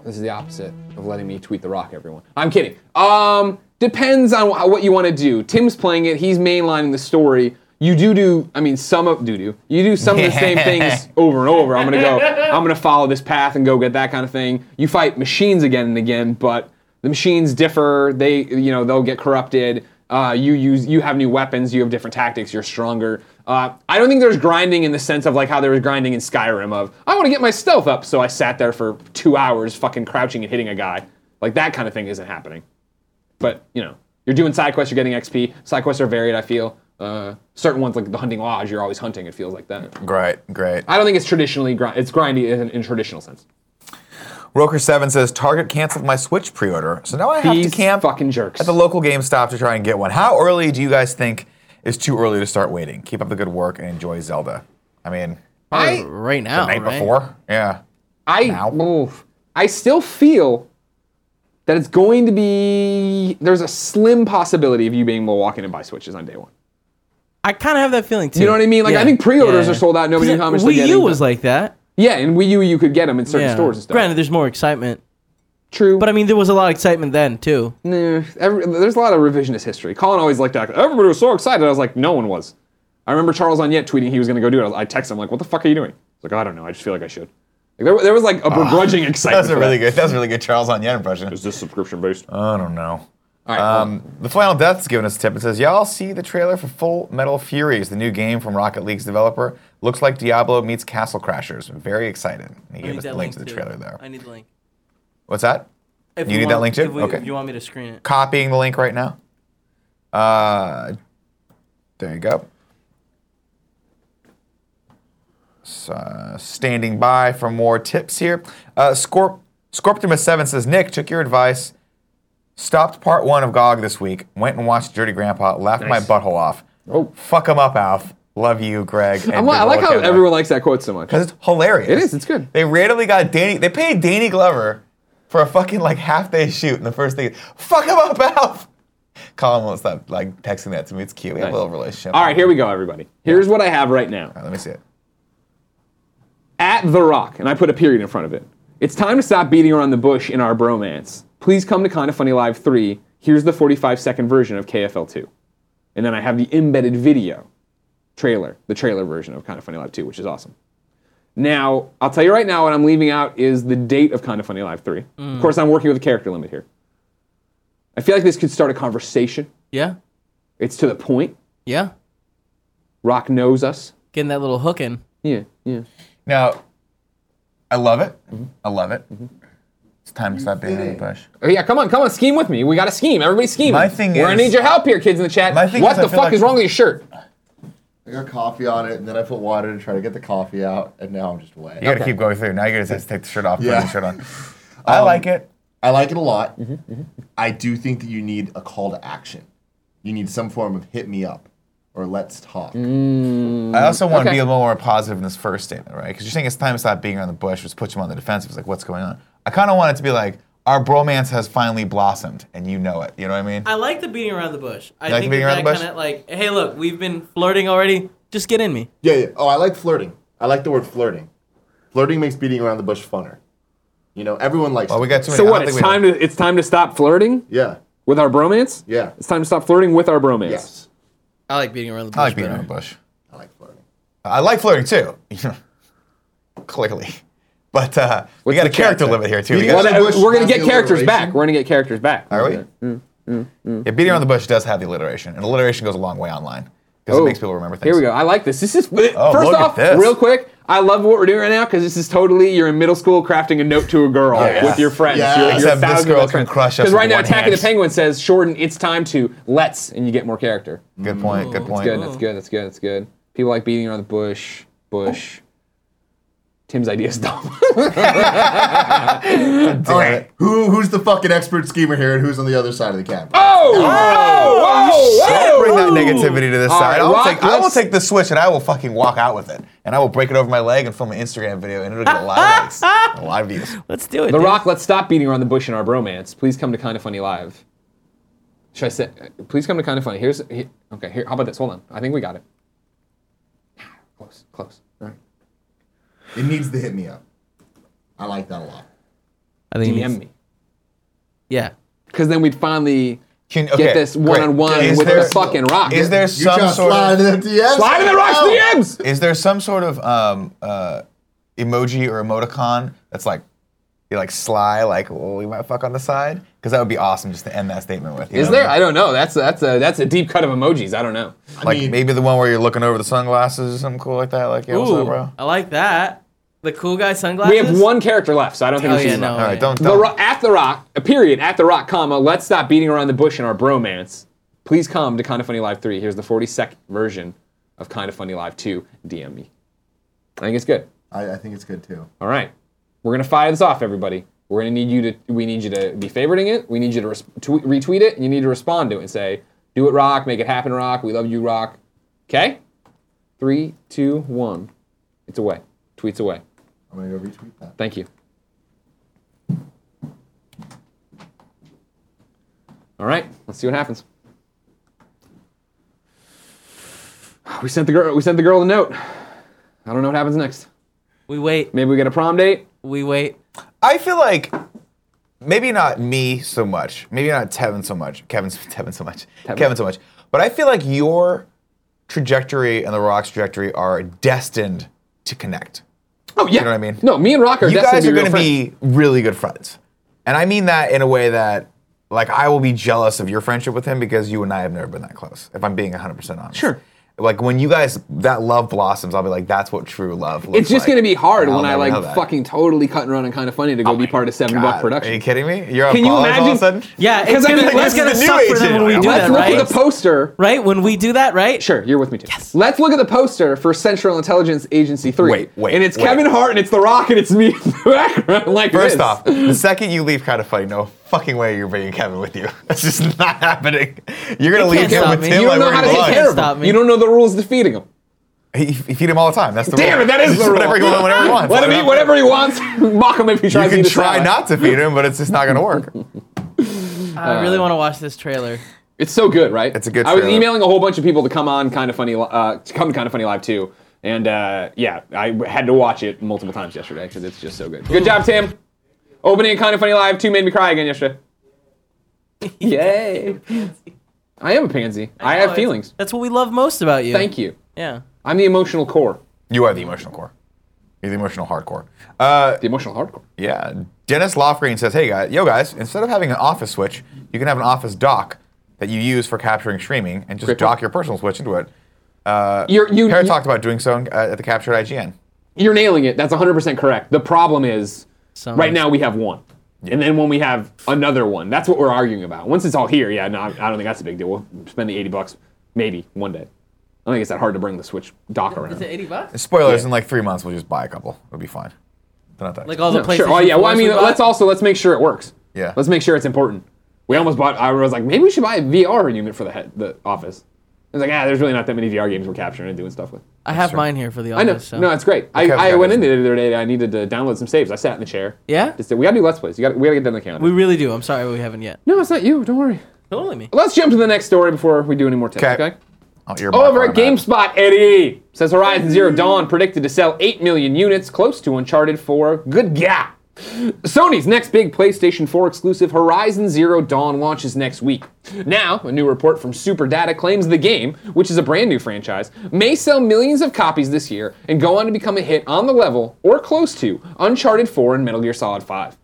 This is the opposite of letting me tweet the rock, everyone. I'm kidding. Um, depends on wh- what you want to do. Tim's playing it. He's mainlining the story. You do do. I mean, some of do do. You do some of the same things over and over. I'm gonna go. I'm gonna follow this path and go get that kind of thing. You fight machines again and again, but the machines differ. They, you know, they'll get corrupted. Uh, you use. You have new weapons. You have different tactics. You're stronger. Uh, I don't think there's grinding in the sense of like how there was grinding in Skyrim of I want to get my stealth up, so I sat there for two hours fucking crouching and hitting a guy. Like that kind of thing isn't happening. But you know, you're doing side quests, you're getting XP. Side quests are varied. I feel uh, certain ones like the hunting lodge, you're always hunting. It feels like that.
Great, great.
I don't think it's traditionally grind. It's grindy in, in traditional sense.
Roker7 says Target canceled my Switch pre order, so now I have
These
to camp
fucking jerks.
at the local GameStop to try and get one. How early do you guys think is too early to start waiting? Keep up the good work and enjoy Zelda. I mean,
I-
right now.
night
right?
before? Yeah.
I
Now?
oof. I still feel that it's going to be there's a slim possibility of you being able to walk in and buy switches on day one.
I kind of have that feeling too.
You know what I mean? Like
Yeah.
I think pre-orders
Yeah.
are sold out. Nobody knew how much they're
Wii
getting.
U was like that.
yeah, and Wii U you could get them in certain
Yeah.
stores and stuff.
Granted, there's more excitement,
True,
but I mean, there was a lot of excitement then too.
Nah, every, there's a lot of revisionist history. Colin always liked that. Everybody was so excited. I was like, no one was. I remember Charles Onyet tweeting he was going to go do it. I, was, I texted him like, what the fuck are you doing? He's like, I don't know. I just feel like I should. Like, there, there was like a begrudging excitement.
That's a
for
really
that.
good. That's a really good Charles on Yen impression.
Is this subscription based?
I don't know.
All right.
Um, the Final Death's giving us a tip. It says, "Y'all see the trailer for Full Metal Furies, the new game from Rocket League's developer? Looks like Diablo meets Castle Crashers. Very excited." And he gave us the link to the trailer there.
I need the link.
What's that?
If
You need that
want-
link too?
if we-
Okay.
if you want me to screen it?
Copying the link right now. Uh, there you go. S- uh, standing by for more tips here. Uh, Scorp- Scorptimus7 says, Nick, took your advice, stopped part one of GOG this week, went and watched Dirty Grandpa, laughed
Nice.
my butthole off.
Oh.
Fuck him up, Alf. Love you, Greg.
I'm li- I like how everyone likes that quote so much.
Because it's hilarious.
It is, it's good.
They randomly got Danny, they paid Danny Glover for a fucking like half day shoot, and the first thing, fuck him up, Alf. Colin won't stop like texting that to me. It's cute. We have
Nice.
a little relationship.
All right, here we go, everybody. Here's what I have right now.
All right, let me see it.
at The Rock, and I put a period in front of it. It's time to stop beating around the bush in our bromance. Please come to Kinda Funny Live 3. Here's the 45 second version of KFL 2. And then I have the embedded video trailer, the trailer version of Kinda Funny Live 2, which is awesome. Now, I'll tell you right now, what I'm leaving out is the date of Kinda Funny Live 3. Of course, I'm working with a character limit here. I feel like this could start a conversation.
Yeah,
It's to the point.
yeah.
Rock knows us.
Getting that little hook in.
Yeah, yeah.
Now, I love it.
Mm-hmm.
I love it. It's time to stop being in the bush.
Oh, yeah, come on, come on, scheme with me. We got to scheme. Everybody scheme.
My thing
We're gonna
is-
need your help here, kids in the chat.
My thing
what
is I
the
feel
fuck
like-
is wrong with your shirt?
I got coffee on it, and then I put water to try to get the coffee out, and now I'm just wet.
You gotta keep going through. Now you gotta just take the shirt off, put
Yeah.
the shirt on.
Um,
I like it.
I like it a lot.
Mm-hmm,
I do think that you need a call to action. You need some form of hit me up or let's talk.
Mm. I also want to
Mm-hmm. okay.
be a little more positive in this first statement, right? Because you're saying it's time to stop being around the bush, which puts you on the defensive. It's like, what's going on? I kind of want it to be like, our bromance has finally blossomed, and you know it. You know what I mean?
I like the beating around the bush. I
You like
think
the beating
that
around the bush?
Kinda, like, hey, look, we've been flirting already. Just get in me.
Yeah, yeah. Oh, I like flirting. I like the word flirting. Flirting makes beating around the bush funner. You know, everyone likes.
well, we got too many.
So
I
what?
don't
It's
think we-
time to it's time to stop flirting
Yeah,
with our bromance.
yeah.
It's time to stop flirting with our bromance.
Yes,
I like beating around the bush.
I like being
better.
around the bush.
I like flirting.
I like flirting too. Clearly. But uh, we
What's
got a
the character?
character limit here too. We
Beating
got-
around-
Well,
Bush
we're gonna
has
get
the
characters
alliteration.
back. We're gonna get characters back.
Are we?
mm,
Yeah, beating around the bush does have the alliteration, and alliteration goes a long way online because
Oh,
it makes people remember things.
Here we go. I like this. This is first
Oh, look at
off,
this.
real quick. I love what we're doing right now because this is totally you're in middle school crafting a note to a girl
Yes.
with your friends.
Yes.
Your, your
Except this
thousand
girl
best
can
friends.
crush us
Because right
with
now,
one
Attack of the
hand.
Penguin says, "Shorten. It's time to let's," and you get more character.
Good point. Good point.
Good. That's good. That's good. That's good. People like beating around the bush. Bush. Tim's idea is dumb.
Damn
All right,
it.
who who's the fucking expert schemer here, and who's on the other side of the camera?
Ah!
oh! Oh!
Don't bring that negativity to this
All
side.
right,
I'll
Rock,
take, I will
let's-
take the switch and I will fucking walk out with it. And I will break it over my leg and film an Instagram video and it'll get a lot of likes. A lot of views.
Let's do it.
The
dude.
Rock, let's stop beating around the bush in our bromance. Please come to Kinda Funny Live. Should I say? Please come to Kinda Funny. Here's he- okay. Here, how about this? Hold on. I think we got it. Close, close. All right.
It needs the hit me up. I like that a lot.
I think it
DM
needs-
me,
Yeah.
because then we'd finally
Can,
get this one-on-one with
there,
the fucking Rock.
Is there Oh.
You
some
just
sort
slide
of,
to the Oh. DMs.
slide in the Rock's DMs?
is there some sort of um, uh, emoji or emoticon that's like you like sly like well we might fuck on the side because that would be awesome just to end that statement with. you
Is
know what
there? I
I mean?
don't know. That's that's a that's a deep cut of emojis. I don't know.
I
like
mean,
maybe the one where you're looking over the sunglasses or something cool like that. Like yeah, what's
Ooh,
up, bro?
I like that. The cool guy sunglasses.
We have one character left, so I don't think
Oh,
we should.
yeah,
use
no.
that.
All right,
yeah.
don't
The
don't.
ro- at the rock, a period, at the rock, comma, let's stop beating around the bush in our bromance. Please come to Kinda Funny Live 3. Here's the 42nd version of Kinda Funny Live 2. DM me. I think it's good.
I, I think it's good too.
All right. We're going to fire this off, everybody. We're going to need you to, we need you to be favoriting it. We need you to res- tweet, retweet it, and you need to respond to it and say, do it, Rock. Make it happen, Rock. We love you, Rock. Okay? Three, two, one. It's away. Tweet's away.
I'm gonna go retweet that.
Thank you. All right, let's see what happens. We sent the girl. We sent the girl a note. I don't know what happens next.
We wait.
Maybe we get a prom date.
We wait.
I feel like maybe not me so much, maybe not Tevin so much, Kevin, Tevin so much, Kevin so much, but I feel like your trajectory and the Rock's trajectory are destined to connect.
Oh yeah. You
know what I mean?
No, me and Rock are
you
destined
guys
to
are
be real
going to
friends.
be really good friends, and I mean that in a way that. Like I will be jealous of your friendship with him because you and I have never been that close. If I'm being 100% honest,
Sure.
Like when you guys that love blossoms, I'll be like, that's what true love. Looks
It's just
like.
gonna be hard
And I'll
when I
never
like
know that. Oh
fucking totally cut and run and kind of funny to go be part of Seven
God,
Buck Production.
Are you kidding me? You're
Can
on
you
Ballers all of a
imagine-
sudden?
Yeah,
Because
it's
I
gonna,
mean,
it's
this
gonna
is the new
suck for them
agent.
when we do
Let's
that,
look
right?
at the poster.
right when we do that, right?
Sure, you're with me too. Let's look at the poster for Central Intelligence Agency Three.
Wait, wait,
And it's
wait.
Kevin Hart and it's The Rock and it's me in the background. Like
First
this.
off, the second you leave kind of funny, no fucking way you're bringing Kevin with you. That's just not happening. You're gonna
You
leave
can't
him
stop
with
me. You
Tim
you
like
don't know how
where he
to take
belongs.
care of
Stop
him.
me.
You don't know the rules defeating him.
He, he feed him all the time. That's the
Damn
rule.
it, that is
Just
the rule.
whatever you want, whatever he wants.
Let him eat whatever he wants. Mock him if he
You
tries to
can
eat a
try
salad.
not to feed him, but it's just not gonna work.
I
Uh,
really want to watch this trailer.
It's so good, right?
It's a good
I was
trailer.
emailing a whole bunch of people to come on kind of funny, Li- uh, to come to kind of funny live too, and uh, yeah, I had to watch it multiple times yesterday because it's just so good. Good job, Tim. Opening kind of funny live two made me cry again yesterday. Yay! I am a pansy. I,
Oh,
have
it's-
feelings.
That's what we love most about you.
Thank you.
Yeah.
I'm the emotional core,
You are the emotional core. You're the emotional hardcore. Uh,
the emotional hardcore.
yeah. Dennis Lofgreen says, "Hey guys, yo guys, instead of having an office switch, you can have an office dock that you use for capturing streaming, and just
Great point.
dock your personal switch into it."
You're you.
Parrot
you-
talked about doing so uh, at the captured IGN.
You're nailing it. That's 100% correct. The problem is
Some-
right now we have one. And then when we have another one, that's what we're arguing about. Once it's all here, yeah, no, I I don't think that's a big deal. We'll spend the 80 bucks maybe one day. I don't think it's that hard to bring the Switch dock
Is
around.
it 80 bucks?
Spoilers in like three months, we'll just buy a couple. It'll be fine. They're not that.
Like
expensive.
all the
No,
places.
sure. Oh yeah. Well, I mean, let's also let's make sure it works.
Yeah.
Let's make sure it's important. We almost bought. I was like, maybe we should buy a VR unit for the head, the office. I was like, ah, there's really not that many VR games we're capturing and doing stuff with.
I have mine here for the
I
office.
know.
So.
No, it's great. I,
Okay, I've
I
got
went
it.
in there the other day. I needed to download some saves. I sat in the chair.
Yeah?
Just, we gotta do let's plays. You got we gotta get done the calendar.
we really do. I'm sorry we haven't yet.
no, it's not you. Don't worry.
Don't look at me.
Let's jump to the next story before we do any more tips. Okay.
Okay.
oh,
I'll earmark
Over
where
at
I'm
GameSpot, Eddie says Horizon Zero Dawn predicted to sell 8 million units, close to Uncharted 4. Good gap. Sony's next big PlayStation 4 exclusive Horizon Zero Dawn launches next week. Now, a new report from Superdata claims the game, which is a brand new franchise, may sell millions of copies this year and go on to become a hit on the level or close to Uncharted 4 and Metal Gear Solid 5.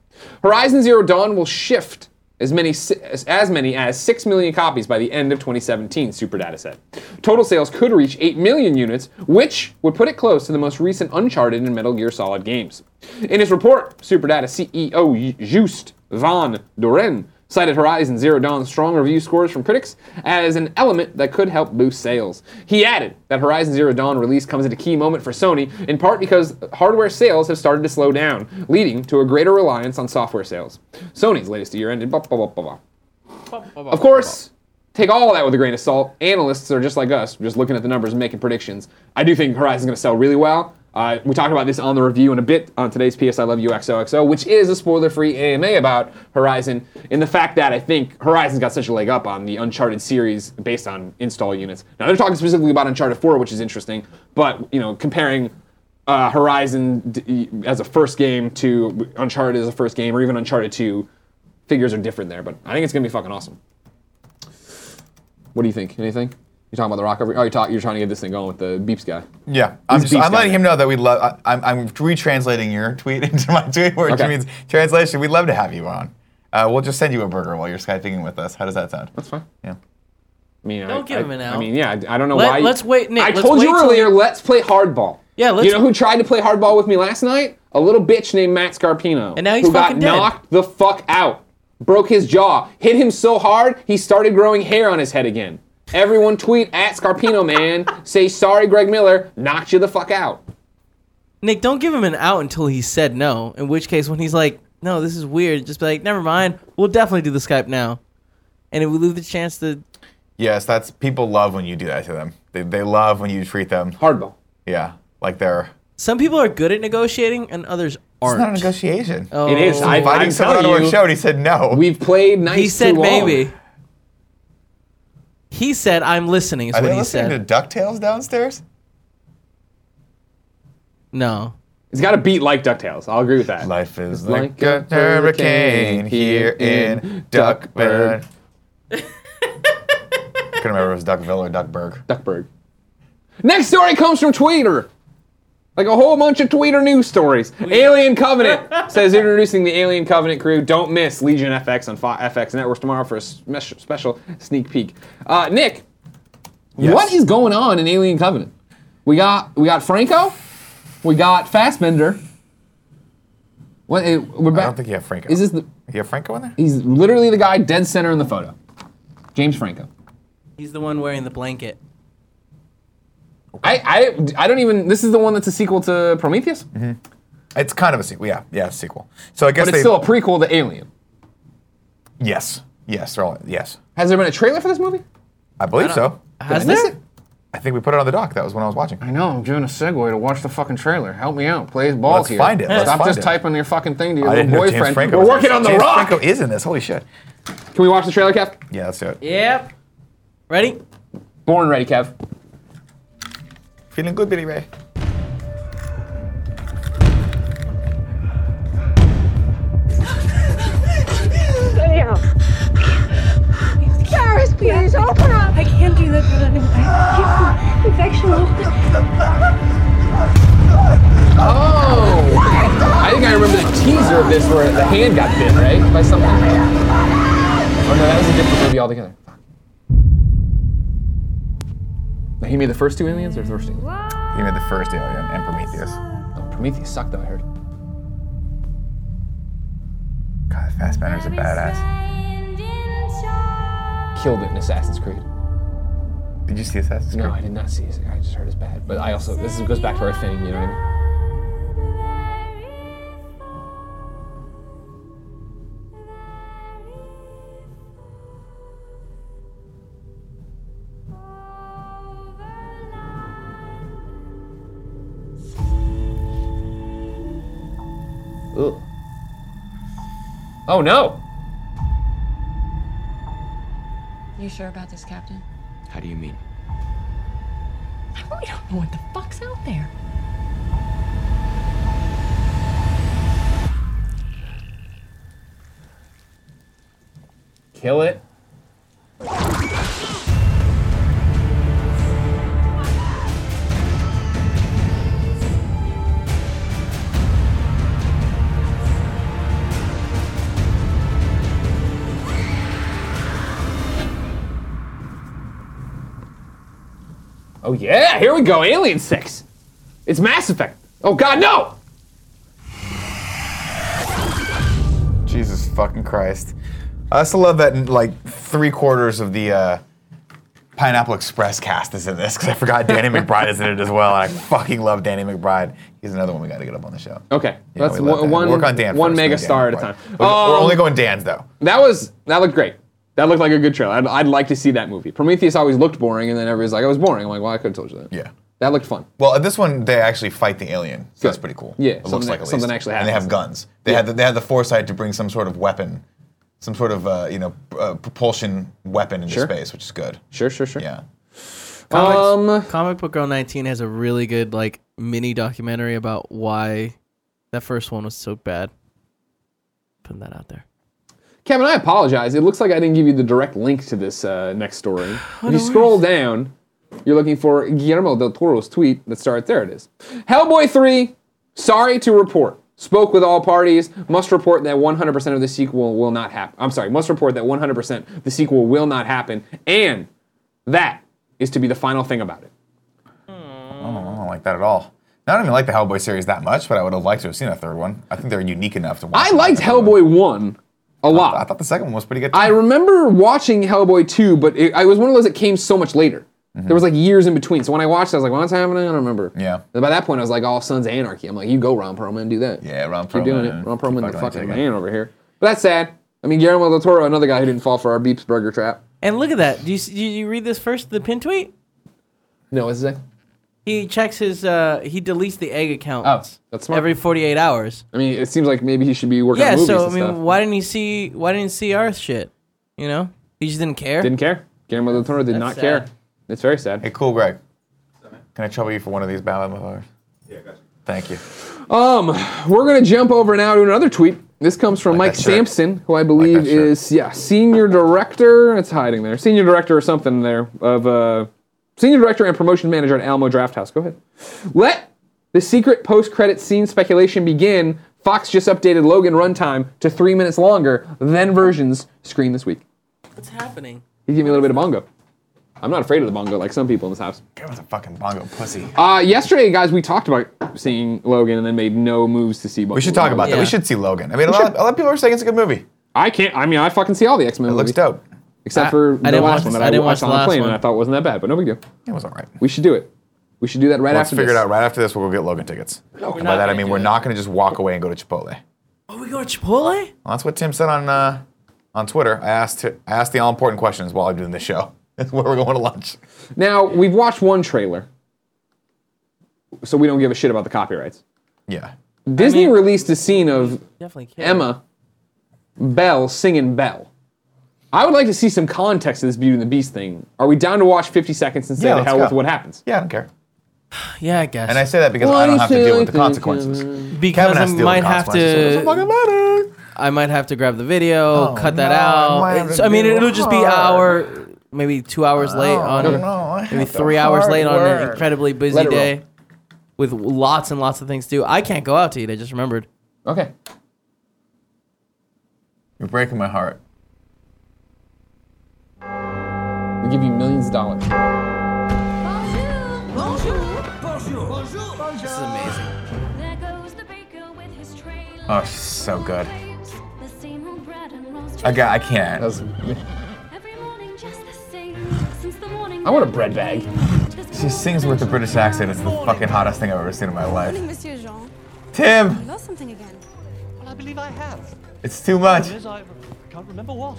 Horizon Zero Dawn will shift as many si- as as many as 6 million copies by the end of 2017 superdata said total sales could reach 8 million units which would put it close to the most recent uncharted and metal gear solid games in his report superdata ceo just van doren cited horizon zero dawn's strong review scores from critics as an element that could help boost sales he added that horizon zero dawn release comes at a key moment for sony in part because hardware sales have started to slow down leading to a greater reliance on software sales sony's latest year ended blah blah blah blah blah of course, take all that with a grain of salt. Analysts are just like us, just looking at the numbers and making predictions. I do think Horizon's going to sell really well. Uh, we talked about this on the review in a bit on today's PS I Love You XOXO, which is a spoiler free AMA about Horizon and the fact that I think Horizon's got such a leg up on the Uncharted series based on install units. Now, they're talking specifically about Uncharted 4, which is interesting, but, you know, comparing uh, Horizon d- as a first game to Uncharted as a first game, or even Uncharted 2, figures are different there. But I think it's gonna be fucking awesome. What do you think? Anything? You talking about the rock over? Oh, you're, talk, you're trying to get this thing going with the beeps guy.
Yeah, I'm,
He's
just, I'm
beast
letting
guy.
him know that we love. I, I'm, I'm retranslating your tweet into my tweet, which
Okay.
means translation. We'd love to have you on. Uh, we'll just send you a burger while you're skyping with us. How does that sound?
That's fine.
Yeah.
I mean,
Don't
I,
give
I-
him an
I
out.
mean, yeah, I, I don't know
Let-
why.
let's wait, Nick,
I
let's
told
wait
you
till-
earlier. Let's play hardball.
Yeah, let's-
You know who tried to play hardball with me last night? A little bitch named Matt Scarpino.
And now he's
who
fucking
got
dead.
knocked the fuck out. Broke his jaw. Hit him so hard he started growing hair on his head again. Everyone tweet at Scarpino man. Say sorry, Greg Miller. Knocked you the fuck out.
Nick, don't give him an out until he said no. In which case, when he's like, "No, this is weird," just be like, "Never mind. We'll definitely do the Skype now." And if we lose the chance to,
Yes, that's people love when you do that to them. They, they love when you treat them.
Hardball.
Yeah, like they're.
some people are good at negotiating and others
It's not a
aren't.
negotiation.
Oh.
It is. I, I
Inviting
can
someone
tell
onto our
you.
show, and he said no.
We've played nice.
he said
too long.
maybe. He said, "I'm listening." Is
Are
what
they
he
listening
said.
to Ducktales downstairs?
No.
It's got a beat like DuckTales. I'll agree with that.
Life is
like
like,
a
a hurricane here in Duckburg. Couldn't remember if it was Duckville or Duckburg.
Duckburg. Next story comes from Tweeter. Like a whole bunch of Tweeter news stories. Alien Covenant says introducing the Alien Covenant crew. Don't miss Legion FX on Fo- FX Networks tomorrow for a smes- special sneak peek. Uh, Nick,
Yes.
what is going on in Alien Covenant? We got we got Franco, we got Fassbender. What eh, we're back?
I don't think you have Franco.
Is this the?
you have Franco in there?
He's literally the guy dead center in the photo. James Franco.
He's the one wearing the blanket.
I, I, I don't even. This is the one that's a sequel to Prometheus, but
It's kind of a sequel. Yeah, yeah, it's a sequel. So I guess
it's
they.
still a prequel to Alien.
yes, yes, they're all, yes.
Has there been a trailer for this movie?
I believe so.
Has
I miss
there?
it?
I think we put it on the dock. That was when I was watching.
I know. I'm doing a segue to watch the fucking trailer. Help me out. Play ball
Let's
here.
find it. Let's
Stop
find
just
it.
typing your fucking thing to your
I
little
didn't know
boyfriend.
James Franco.
We're
was in
working
this.
on the
James
rock.
Franco is in this. Holy shit.
Can we watch the trailer, Kev?
Yeah, let's do it.
Yep. Ready?
Born ready, Kev.
Feeling good, Billy Ray.
Anyhow. Paris, please, open up. I can't do that without infection. Infection will
Oh! I think I remember the teaser of this where the hand got bit, right? By something. Oh no, that was a different movie altogether. Fuck. Now, He made the first two aliens or the first alien?
He made the first Alien and Prometheus.
Oh, Prometheus sucked though, I heard.
God, Fastbender's a badass.
Killed it in Assassin's Creed.
Did you see Assassin's Creed?
No, I did not see it. I just heard it's bad. But I also, this is- goes back to our thing, you know what I mean? Ugh. Oh no!
You sure about this, Captain?
How do you mean?
We don't know what the fuck's out there.
Kill it. Oh yeah, here we go, Alien 6. It's Mass Effect. Oh god, no!
Jesus fucking Christ. I also love that like three quarters of the uh, Pineapple Express cast is in this because I forgot Danny McBride is in it as well. And I fucking love Danny McBride. He's another one we got to get up on the show.
Okay,
Yeah,
Oh, that's
we love
one,
Dan.
one,
Work on Dan
one
first,
mega
then Dan
star at a
McBride.
time.
We're, we're
Um,
only going Dan's though.
That was that looked great. That looked like a good trailer. I'd, I'd like to see that movie. Prometheus always looked boring, and then everybody's like, "I was boring." I'm like, "Well, I could have told you that."
Yeah.
That looked fun.
Well, at this one they actually fight the alien. So that's
Good.
pretty cool.
Yeah,
it looks
something-
like at least.
something actually
And they
happens.
have guns. They had the, they had the foresight to bring some sort of weapon, some sort of uh, you know uh, propulsion weapon into
Sure.
space, which is good.
Sure, sure, sure.
Yeah.
Um,
Comic Book Girl 19 has a really good like mini documentary about why that first one was so bad. Putting that out there.
Kevin, I apologize. It looks like I didn't give you the direct link to this uh, next story. if you scroll down, you're looking for Guillermo del Toro's tweet that starts there. It is Hellboy three. Sorry to report. Spoke with all parties. Must report that 100% of the sequel will not happen. I'm sorry. Must report that 100% the sequel will not happen, and that is to be the final thing about it.
I don't like that at all. I don't even like the Hellboy series that much, but I would have liked to have seen a third one. I think they're unique enough to watch.
I liked Hellboy 1 a
I
lot.
thought the second one was pretty good.
I remember watching Hellboy 2, but it, I was one of those that came so much later. There was like years in between. So when I watched it, I was like, what's happening? I don't remember.
Yeah.
And by that point, I was like, all Sons of Anarchy. I'm like, you go, Ron Perlman, and do that.
yeah, Ron
Keep
Perlman.
doing it.
and
Ron Perlman, the
fucking
fucking
Antigone.
man over here. But that's sad. I mean, Guillermo del Toro, another guy who didn't fall for our Beeps Burger trap.
And look at that. Do you, s- do you read this first? The pin tweet?
No, what's it say?
He checks his, uh, he deletes the egg account
Oh, that's smart.
every 48 hours.
I mean, it seems like maybe he should be working on
Yeah,
movies
so I
and
mean,
stuff.
why didn't he see? Why didn't he see our shit? You know, he just didn't care.
Didn't care. Guillermo del Toro did not
That's
care.
sad.
It's very sad.
Hey, cool, Greg. Can I trouble you for one of these ballad lovers?
Yeah, gotcha.
Thank you.
We're going to jump over now to another tweet. This comes from Mike
that shirt.
Sampson, who I believe
shirt.
is yeah senior director. It's hiding there, senior director or something there of uh, senior director and promotion manager at Alamo Drafthouse. Go ahead. Let the secret post-credit scene speculation begin. Fox just updated Logan runtime to three minutes longer than versions screen this week.
What's happening?
He gave me a little bit of bongo. I'm not afraid of the bongo like some people in this house.
Give us a fucking bongo pussy.
Uh, yesterday, guys, we talked about seeing Logan and then made no moves to see.
we should talk about that.
Yeah.
We should see Logan. I mean, a lot, a lot of people are saying it's a good movie.
I can't. I mean, I fucking see all the X Men.
It looks dope.
Except
I-
for
I
the
didn't
last
watch-
one that
I
I,
didn't watch
watched
the
on the
last
plane
one.
and I thought wasn't that bad, but no big deal.
It was all right.
We should do it. We should do that right
Let's
after
figure
this.
it out. Right after this, we'll go get Logan tickets.
we're not
And by that, I
gonna
mean
do
we're
that.
not going to just walk away and go to Chipotle.
Oh, we going to Chipotle?
Well, that's what Tim said on uh, on Twitter. I asked I asked the all important questions while I'm doing this show. That's where we're going to lunch.
Now we've watched one trailer, so we don't give a shit about the copyrights.
Yeah.
Disney released a scene of
Definitely care.
Emma Bell singing Bell. I would like to see some context to this Beauty and the Beast thing. Are we down to watch 50 seconds and say the
Yeah, let's
hell with
go.
what happens?
Yeah, I don't care.
Yeah, I guess.
And I say that because I don't have to deal with the consequences.
because
Kevin
I
has to deal with
might
the
have
consequences. It doesn't
to.
fucking matter.
I might have to grab the video,
Oh,
cut that
no,
out.
why
It's-
would
I mean,
it be
it'll just be
hard?
hour, maybe two hours late on,
Oh, no, I have
maybe
to
three hours
hard
late on an
work.
incredibly busy
Let it roll.
day, with lots and lots of things to do. I can't go out to eat. I just remembered.
Okay.
You're breaking my heart.
We give you millions of dollars.
This is amazing.
Oh, she's so good.
Again,
Again, I can't.
That's-
I want a bread bag.
She sings with a British accent. It's the fucking hottest thing I've ever seen in my life.
Monsieur Jean,
Tim,
lost something again.
Well, I believe I have.
it's too much.
Yes, I can't remember what.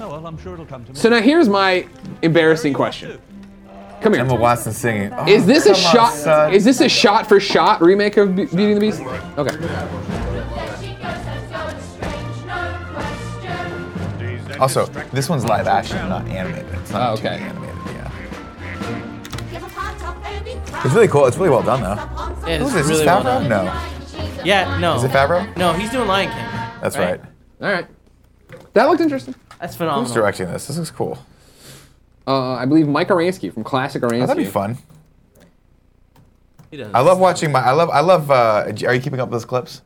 Oh well, I'm sure it'll come to me.
So now here's my embarrassing question. Come here.
Emma Watson singing. Oh,
Is this a
come on,
shot?
son.
Is this a shot for shot remake of Be- Beauty and the Beast? Okay.
also, this one's live action, not animated. It's not
Ah,
Oh,
okay.
okay.
animated. Yeah. It's really cool. It's really well done, though.
It is
Who's this? Is
really
this
well done.
Favreau? No.
Yeah, no.
Is it Favreau?
No, he's doing Lion King.
That's
Right.
right.
All right. That looked interesting.
That's
Who's
phenomenal.
directing this? This looks cool.
Uh, I believe Mike Aransky from Classic Aransky.
Oh, that'd be fun.
He does.
I love watching my. I love. I love. Uh, are you keeping up with those clips?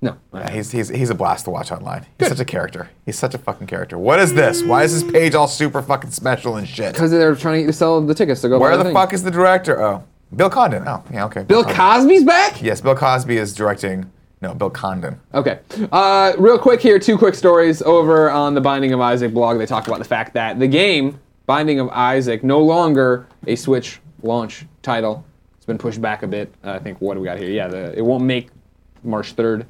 No.
Yeah, he's, he's, he's a blast to watch online. He's such a character. He's such a fucking character. What is this? Why is this page all super fucking special and shit?
Because they're trying to sell the tickets to go. buy
Where the
thing.
fuck is the director? Oh, Bill Condon. Oh, yeah, okay.
Bill
Condon.
Cosby's back?
Yes, Bill Cosby is directing. No, Bill Condon.
Okay. Uh, real quick here, two quick stories over on the Binding of Isaac blog. They talk about the fact that the game Binding of Isaac no longer a Switch launch title. It's been pushed back a bit. Uh, I think what do we got here? Yeah, the, it won't make March third.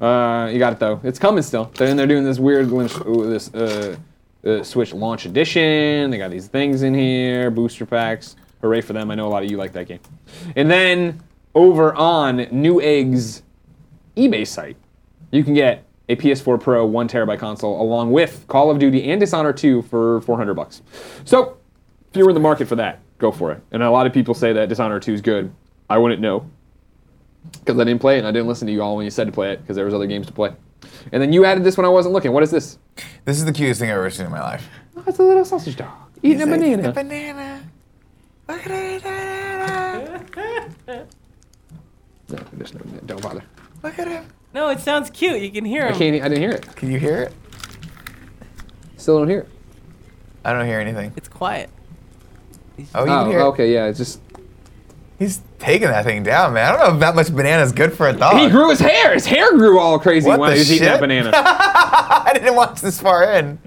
Uh, you got it though. It's coming still. They're in there doing this weird lynch, ooh, this uh, uh, Switch launch edition. They got these things in here, booster packs. Hooray for them! I know a lot of you like that game. And then over on New Egg's eBay site, you can get a PS4 Pro one terabyte console along with Call of Duty and Dishonored 2 for 400 bucks. So, if you're in the market for that, go for it. And a lot of people say that Dishonored 2 is good. I wouldn't know because I didn't play it and I didn't listen to you all when you said to play it because there was other games to play. And then you added this when I wasn't looking. What is this?
This is the cutest thing I've ever seen in my life.
Oh, it's a little sausage dog eating a banana.
Banana. Look at it, banana.
No, there's no, don't bother.
Look at him.
No, it sounds cute. You can hear
I
him.
can't. e- I didn't hear it.
Can you hear it?
Still don't hear it.
I don't hear anything.
It's quiet.
Oh, you
Oh,
can hear it.
okay. Yeah, it's just
He's taking that thing down, man. I don't know if that much banana is good for a dog.
he grew his hair. His hair grew all crazy
What
when
the
he was eating that
shit?
banana.
I didn't watch this far in.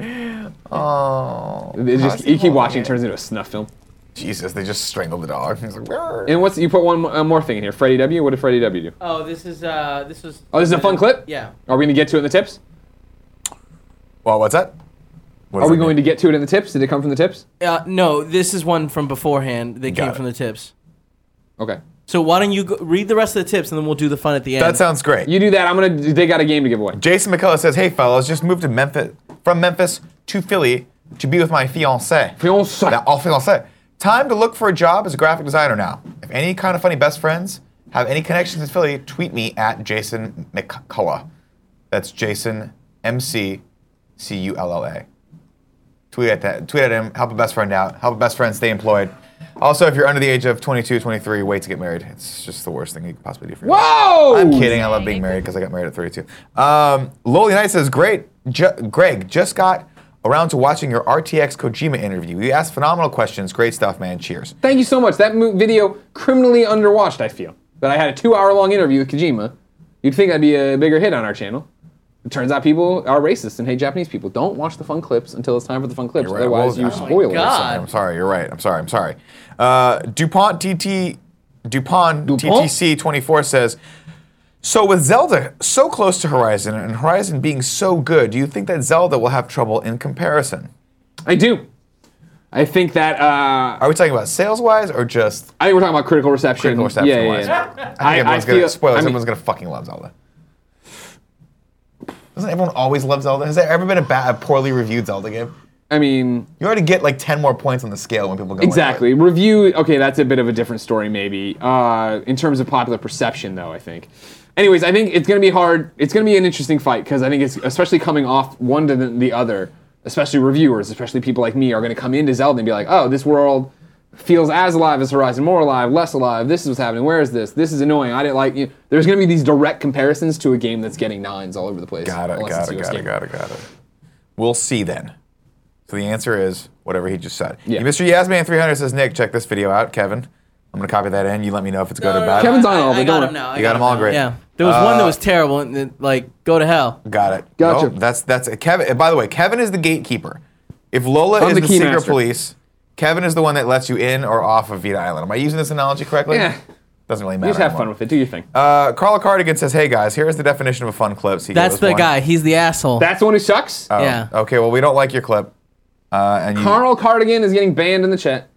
Oh.
It
How's
just
he
you keep
holding
watching,
it?
it turns into a snuff film.
Jesus, they just strangled the dog. He's like, "Rrr."
And what's you put one mo- uh, more thing in here? Freddie W. What did Freddie W. do?
Oh, this is uh, this was.
Oh, this is a fun clip.
Yeah.
Are we gonna get to it in the tips?
well, what's that?
Are
What does
we
that
going
mean?
to get to it in the tips? Did it come from the tips?
Uh, no, this is one from beforehand that
Got
came
it.
from the tips.
Okay.
So why don't you go, read the rest of the tips and then we'll do the fun at the end.
That sounds great.
You do that. I'm gonna. They got a game to give away.
Jason McCullough says, "Hey fellas, just moved to Memphis from Memphis to Philly to be with my fiance.
Fiance.
Now, Au fiance. Time to look for a job as a graphic designer now. If any kind of funny best friends have any connections in Philly, tweet me at Jason McCullough. That's Jason M C C U L L A. Tweet at that. Tweet at him. Help a best friend out. Help a best friend stay employed. Also, if you're under the age of 22, 23, wait to get married. It's just the worst thing you could possibly do for your life.
Whoa!
I'm kidding. I love being married because I got married at 32. Um, Lowly Knight says, "Great, Ju- Greg. Just got around to watching your RTX Kojima interview. You asked phenomenal questions. Great stuff, man. Cheers."
Thank you so much. That mo- video criminally underwatched. I feel that I had a two-hour-long interview with Kojima. You'd think that'd be a bigger hit on our channel. It turns out people are racist and hate Japanese people. Don't watch the fun clips until it's time for the fun clips.
You're right.
Otherwise,
Well,
you
oh my
spoil
God.
it.
Sorry, I'm sorry. You're right. I'm sorry. I'm sorry. Uh, Dupont TT Dupont,
Dupont?
TTC 24 says. So with Zelda so close to Horizon and Horizon being so good, do you think that Zelda will have trouble in comparison?
I do. I think that uh,
Are we talking about sales-wise or just
I think we're talking about critical reception.
critical reception
Yeah, yeah,
wise.
yeah.
I think everyone's
feel-
gonna spoilers.
I mean-
everyone's gonna fucking love Zelda. Doesn't everyone always love Zelda? Has there ever been a, bad, a poorly reviewed Zelda game?
I mean,
You already get like ten more points on the scale when people go.
exactly. Review. Okay, that's a bit of a different story, maybe. Uh, in terms of popular perception, though, I think. Anyways, I think it's going to be hard. It's going to be an interesting fight because I think it's especially coming off one to the, the other. Especially reviewers, especially people like me, are going to come into Zelda and be like, "Oh, this world feels as alive as Horizon, more alive, less alive. This is what's happening. Where is this? This is annoying. I didn't like." You there's going to be these direct comparisons to a game that's getting nines all over the place.
Got it.
unless
Got
it's
it.
US
Got it.
game.
Got it. Got it. We'll see then. So the answer is whatever he just said.
Yeah.
Mr. Yasman 300 says, Nick, check this video out, Kevin. I'm gonna copy that in. You let me know if it's good or bad.
Kevin's on all of
I
it,
got
don't
him
worry.
now. I
You got 'em all Uh,
now.
great.
Yeah. There was one that was terrible and it, like go to hell.
Got it.
Gotcha.
No, that's that's Kevin. and By the way, Kevin is the gatekeeper. If Lola
I'm
is
the
the,
key
secret
master.
police, Kevin is the one that lets you in or off of Vita Island. Am I using this analogy correctly?
Yeah.
Doesn't really matter.
You just have fun with it. Do your thing.
Uh, Carla Cardigan says, "Hey guys, here's the definition of a fun clip." He
That's
gave us
the
one.
guy. He's the asshole.
That's the one who sucks.
Oh,
yeah.
Okay. Well, we don't like your clip. Uh, and you
Carl Cardigan is getting banned in the chat.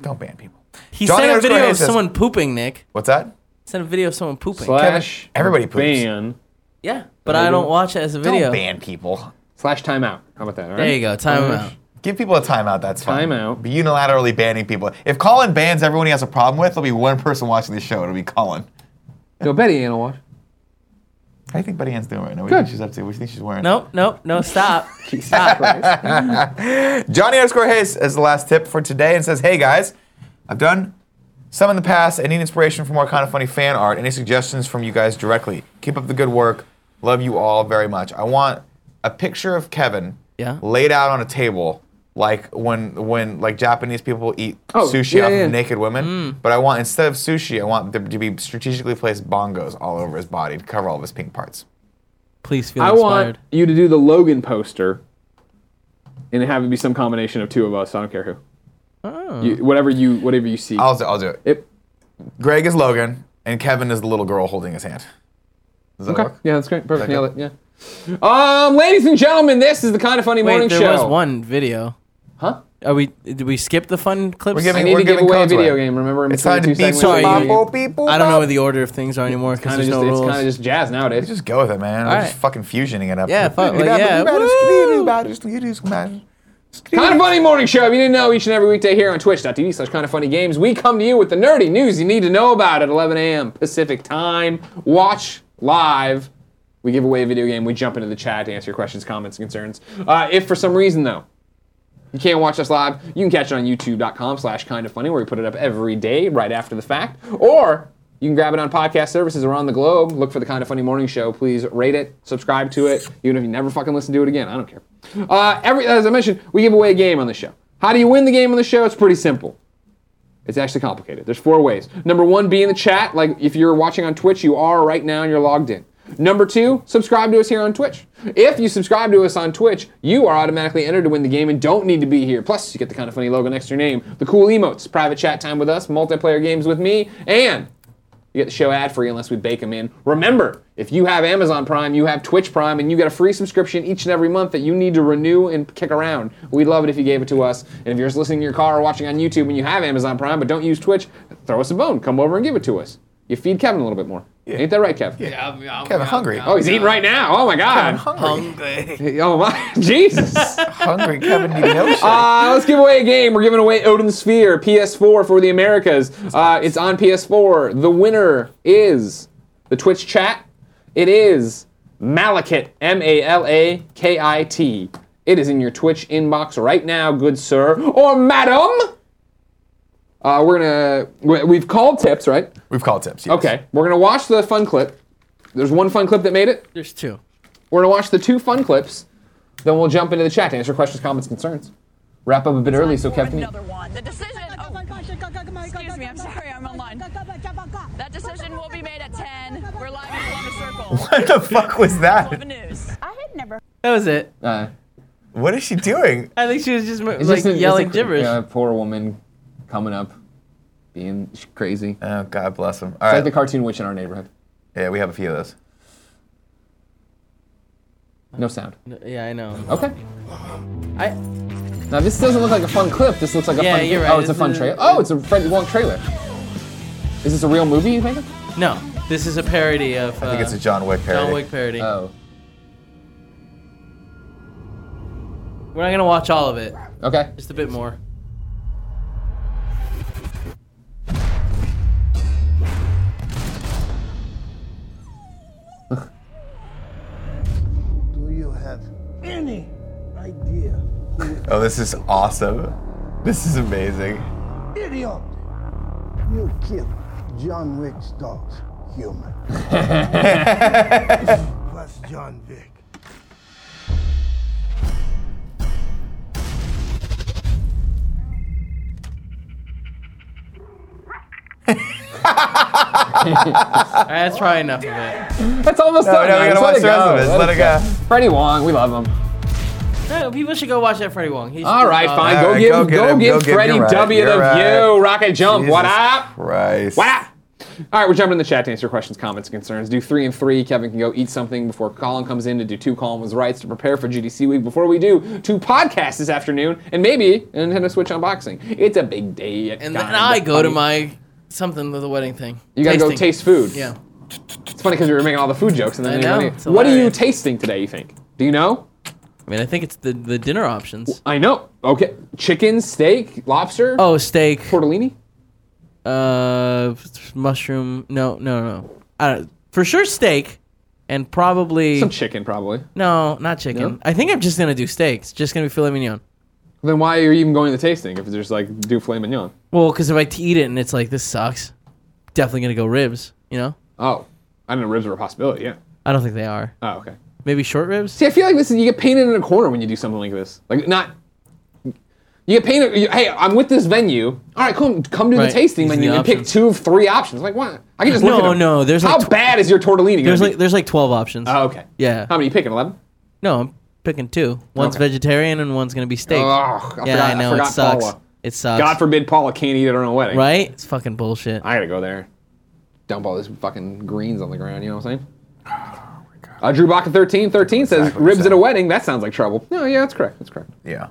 don't ban people.
He
Johnny
sent a
underscore
video
Hayes
of
says-
someone pooping, Nick.
What's that?
Sent a video of someone pooping.
Slash
everybody poops.
ban
Yeah, but I don't watch it as a video.
Don't ban people.
slash timeout. How about that? All right?
There you go. Time out.
Give people a timeout. That's fine.
Timeout.
Be unilaterally banning people. If Colin bans everyone he has a problem with, there'll be one person watching the show. It'll be Colin.
Go Betty Anna watch.
How do you think Betty Ann's doing right now? What do you think she's up to? What do you think she's wearing?
Nope, nope, no, stop. stop.
Johnny underscore Hayes is the last tip for today and says, Hey guys, I've done some in the past and need inspiration for more kind of funny fan art. Any suggestions from you guys directly? Keep up the good work. Love you all very much. I want a picture of Kevin
Yeah.
laid out on a table. Like when when like Japanese people eat
Oh,
sushi
yeah,
off
yeah. Mm.
of naked women, but I want instead of sushi, I want there to be strategically placed bongos all over his body to cover all of his pink parts.
Please feel
I want
inspired.
you to do the Logan poster and have it be some combination of two of us. I don't care who.
Oh. Uh-huh.
You, whatever you whatever you see.
I'll do, I'll do it.
It-
Greg is Logan, and Kevin is the little girl holding his hand. Does that
okay.
work?
Yeah, that's great. Perfect.
Okay.
Nailed it. Yeah. Um, ladies and gentlemen, this is the kind of funny
Wait,
morning
there
show.
was one video.
Huh?
Are we? Did we skip the fun clips?
We're giving-
I need
We're
to give
giving
away a
codes
video
away.
game. Remember, I'm
It's time to
between two
beat
segments.
some
some
Sorry.
mambo
mambo
people.
I don't know what the order of things are anymore because
Kind of
there's
just
no
it's
rules.
kind of just jazz nowadays.
Just go with it, man. We're
All
Just
right.
fucking fusioning it up.
Yeah, fuck, like, yeah, woo!
Kind of Funny Morning Show. If you didn't know, each and every weekday here on twitch.tv slash kind of funny games, we come to you with the nerdy news you need to know about at 11 a.m. Pacific time. Watch live. We give away a video game. We jump into the chat to answer your questions, comments, and concerns. Uh, if for some reason, though, you can't watch us live, you can catch it on youtube.com slash kind of funny, where we put it up every day right after the fact. Or you can grab it on podcast services around the globe. Look for the kind of funny morning show. Please rate it, subscribe to it, even if you never fucking listen to it again. I don't care. Uh, every, as I mentioned, we give away a game on the show. How do you win the game on the show? It's pretty simple. It's actually complicated. There's four ways. Number one, be in the chat. Like if you're watching on Twitch, you are right now and you're logged in. Number two, subscribe to us here on Twitch. If you subscribe to us on Twitch, you are automatically entered to win the game and don't need to be here. Plus, you get the kind of funny logo next to your name, the cool emotes, private chat time with us, multiplayer games with me, and you get the show ad free unless we bake them in. Remember, if you have Amazon Prime, you have Twitch Prime, and you get a free subscription each and every month that you need to renew and kick around. We'd love it if you gave it to us. And if you're just listening in your car or watching on YouTube and you have Amazon Prime but don't use Twitch, throw us a bone. Come over and give it to us. You feed Kevin a little bit more. Ain't that right, Kev?
Yeah, I'm, I'm,
Kevin, hungry.
Oh, he's eating right now. Oh my
I'm
God.
hungry.
Oh my Jesus.
hungry. Kevin, you know shit.
Uh, let's give away a game. We're giving away Odin Sphere PS4 for the Americas. Uh, it's on PS4. The winner is the Twitch chat. It is Malakit, M A L A K I T. It is in your Twitch inbox right now, good sir or madam. Uh, we're gonna. we- We've called tips, right?
We've called tips. yes.
Okay. We're gonna watch the fun clip. There's one fun clip that made it.
There's two.
We're gonna watch the two fun clips, then we'll jump into the chat to answer questions, comments, concerns. Wrap up a bit early so Kev can eat.
another one. The decision. Oh, excuse me. I'm sorry. I'm online. That decision will be made at 10. We're live in Columbus Circle.
What the fuck was
Columbus
that?
News.
That was it.
Uh,
What is she doing?
I think she was just mo-
it's
like
just a- it's
yelling
a cr-
gibberish.
yeah, poor woman coming up, being sh- crazy. It's
Oh, God bless him. All
like the
right.
cartoon witch in our neighborhood.
Yeah, we have a few of those.
No sound.
Yeah, I know.
Okay.
I
Now this doesn't look like a fun clip. This looks like a
Yeah,
fun.
you're
clip.
right.
Oh, it's a
This
fun
is-
trailer. Oh, it's a Fred Wong trailer. Is this a real movie? You think?
no. This is a parody of. Uh,
I think it's a John Wick parody.
John Wick parody.
Oh.
We're not gonna watch all of it.
Okay.
Just a bit more.
Do you have any idea who
Oh, this is awesome. This is amazing.
idiot? You killed John Wick's dog, human. Plus John Wick.
All right, that's probably enough of it.
That's almost
No,
done.
no,
man.
we
Just
gotta watch the rest of
let it
this.
go.
Let it go.
Freddie Wong, we love him.
No, people should go watch that Freddie Wong. He's
All right,
uh,
fine.
All
go,
right,
give,
go
go,
get him, go
give
get him.
Freddie
You're right,
W the
you're right.
view. Rocket jump. What
Jesus
up?
Christ.
What up? All right, we're jumping in the chat to answer questions, comments, and concerns. Do three and three. Kevin can go eat something before Colin comes in to do two Colin was rights to prepare for GDC week. Before we do, two podcasts this afternoon and maybe a Nintendo Switch unboxing. It's a big day. at
And then
Gone
I
but
go to
Funny.
my something with the wedding thing.
You gotta go
Tasting.
taste food.
Yeah.
It's funny because we were making all the food jokes and then
I
you
know,
know,
it's
What are you
hilarious.
tasting today? You think? Do you know?
I mean, I think it's the the dinner options.
I know. Okay, chicken, steak, lobster,
Oh, steak.
tortellini.
Uh, mushroom. No, no, no. I don't, for sure steak, and probably
Some chicken, probably.
no, not chicken.
No?
I think I'm just gonna do steaks. Just gonna be filet mignon.
Then why are you even going to the tasting if it's just like do filet mignon?
Well, because if I t- eat it and it's like this sucks, definitely gonna go ribs. You know,
Oh, I didn't know ribs were a possibility. Yeah.
I don't think they are.
Oh, okay.
Maybe short ribs.
See, I feel like this is you get painted in a corner when you do something like this. Like not. You get painted. You, hey, I'm with this venue. All right, come come to
Right.
the tasting
These are
menu
the
and pick
options.
two of three options. Like what? I can just look
No,
at them.
no, there's
how
like tw-
bad is your tortellini?
There's
gonna
like there's like twelve options.
be? oh, okay.
yeah.
How many you picking? Eleven.
No, I'm picking two. One's
Okay.
vegetarian and one's gonna be steak.
Ugh, I
yeah,
forgot,
I know it
forgot
sucks.
Paula.
It sucks.
God forbid Paula can't eat at her own wedding.
right? It's fucking bullshit.
I gotta go there. Dump all these fucking greens on the ground. You know what I'm saying? Uh, Drew Baca 13, 13 says
Oh, Exactly
ribs
the
at a
same.
wedding. That sounds like trouble. No, yeah, that's correct. That's correct.
Yeah.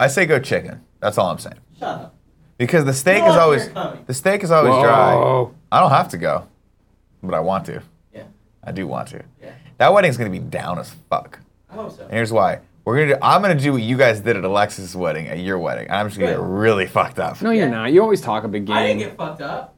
I say go chicken. That's all I'm saying. Shut up. Because the steak is always the steak is always dry.
Whoa.
I don't have to go, but I want to.
Yeah.
I do want to. That wedding's gonna be down as fuck. And here's why. We're gonna do, I'm gonna do what you guys did at Alexis's wedding, at your wedding. I'm just gonna get really fucked up.
No, you're not. You always talk a big game.
fucked up.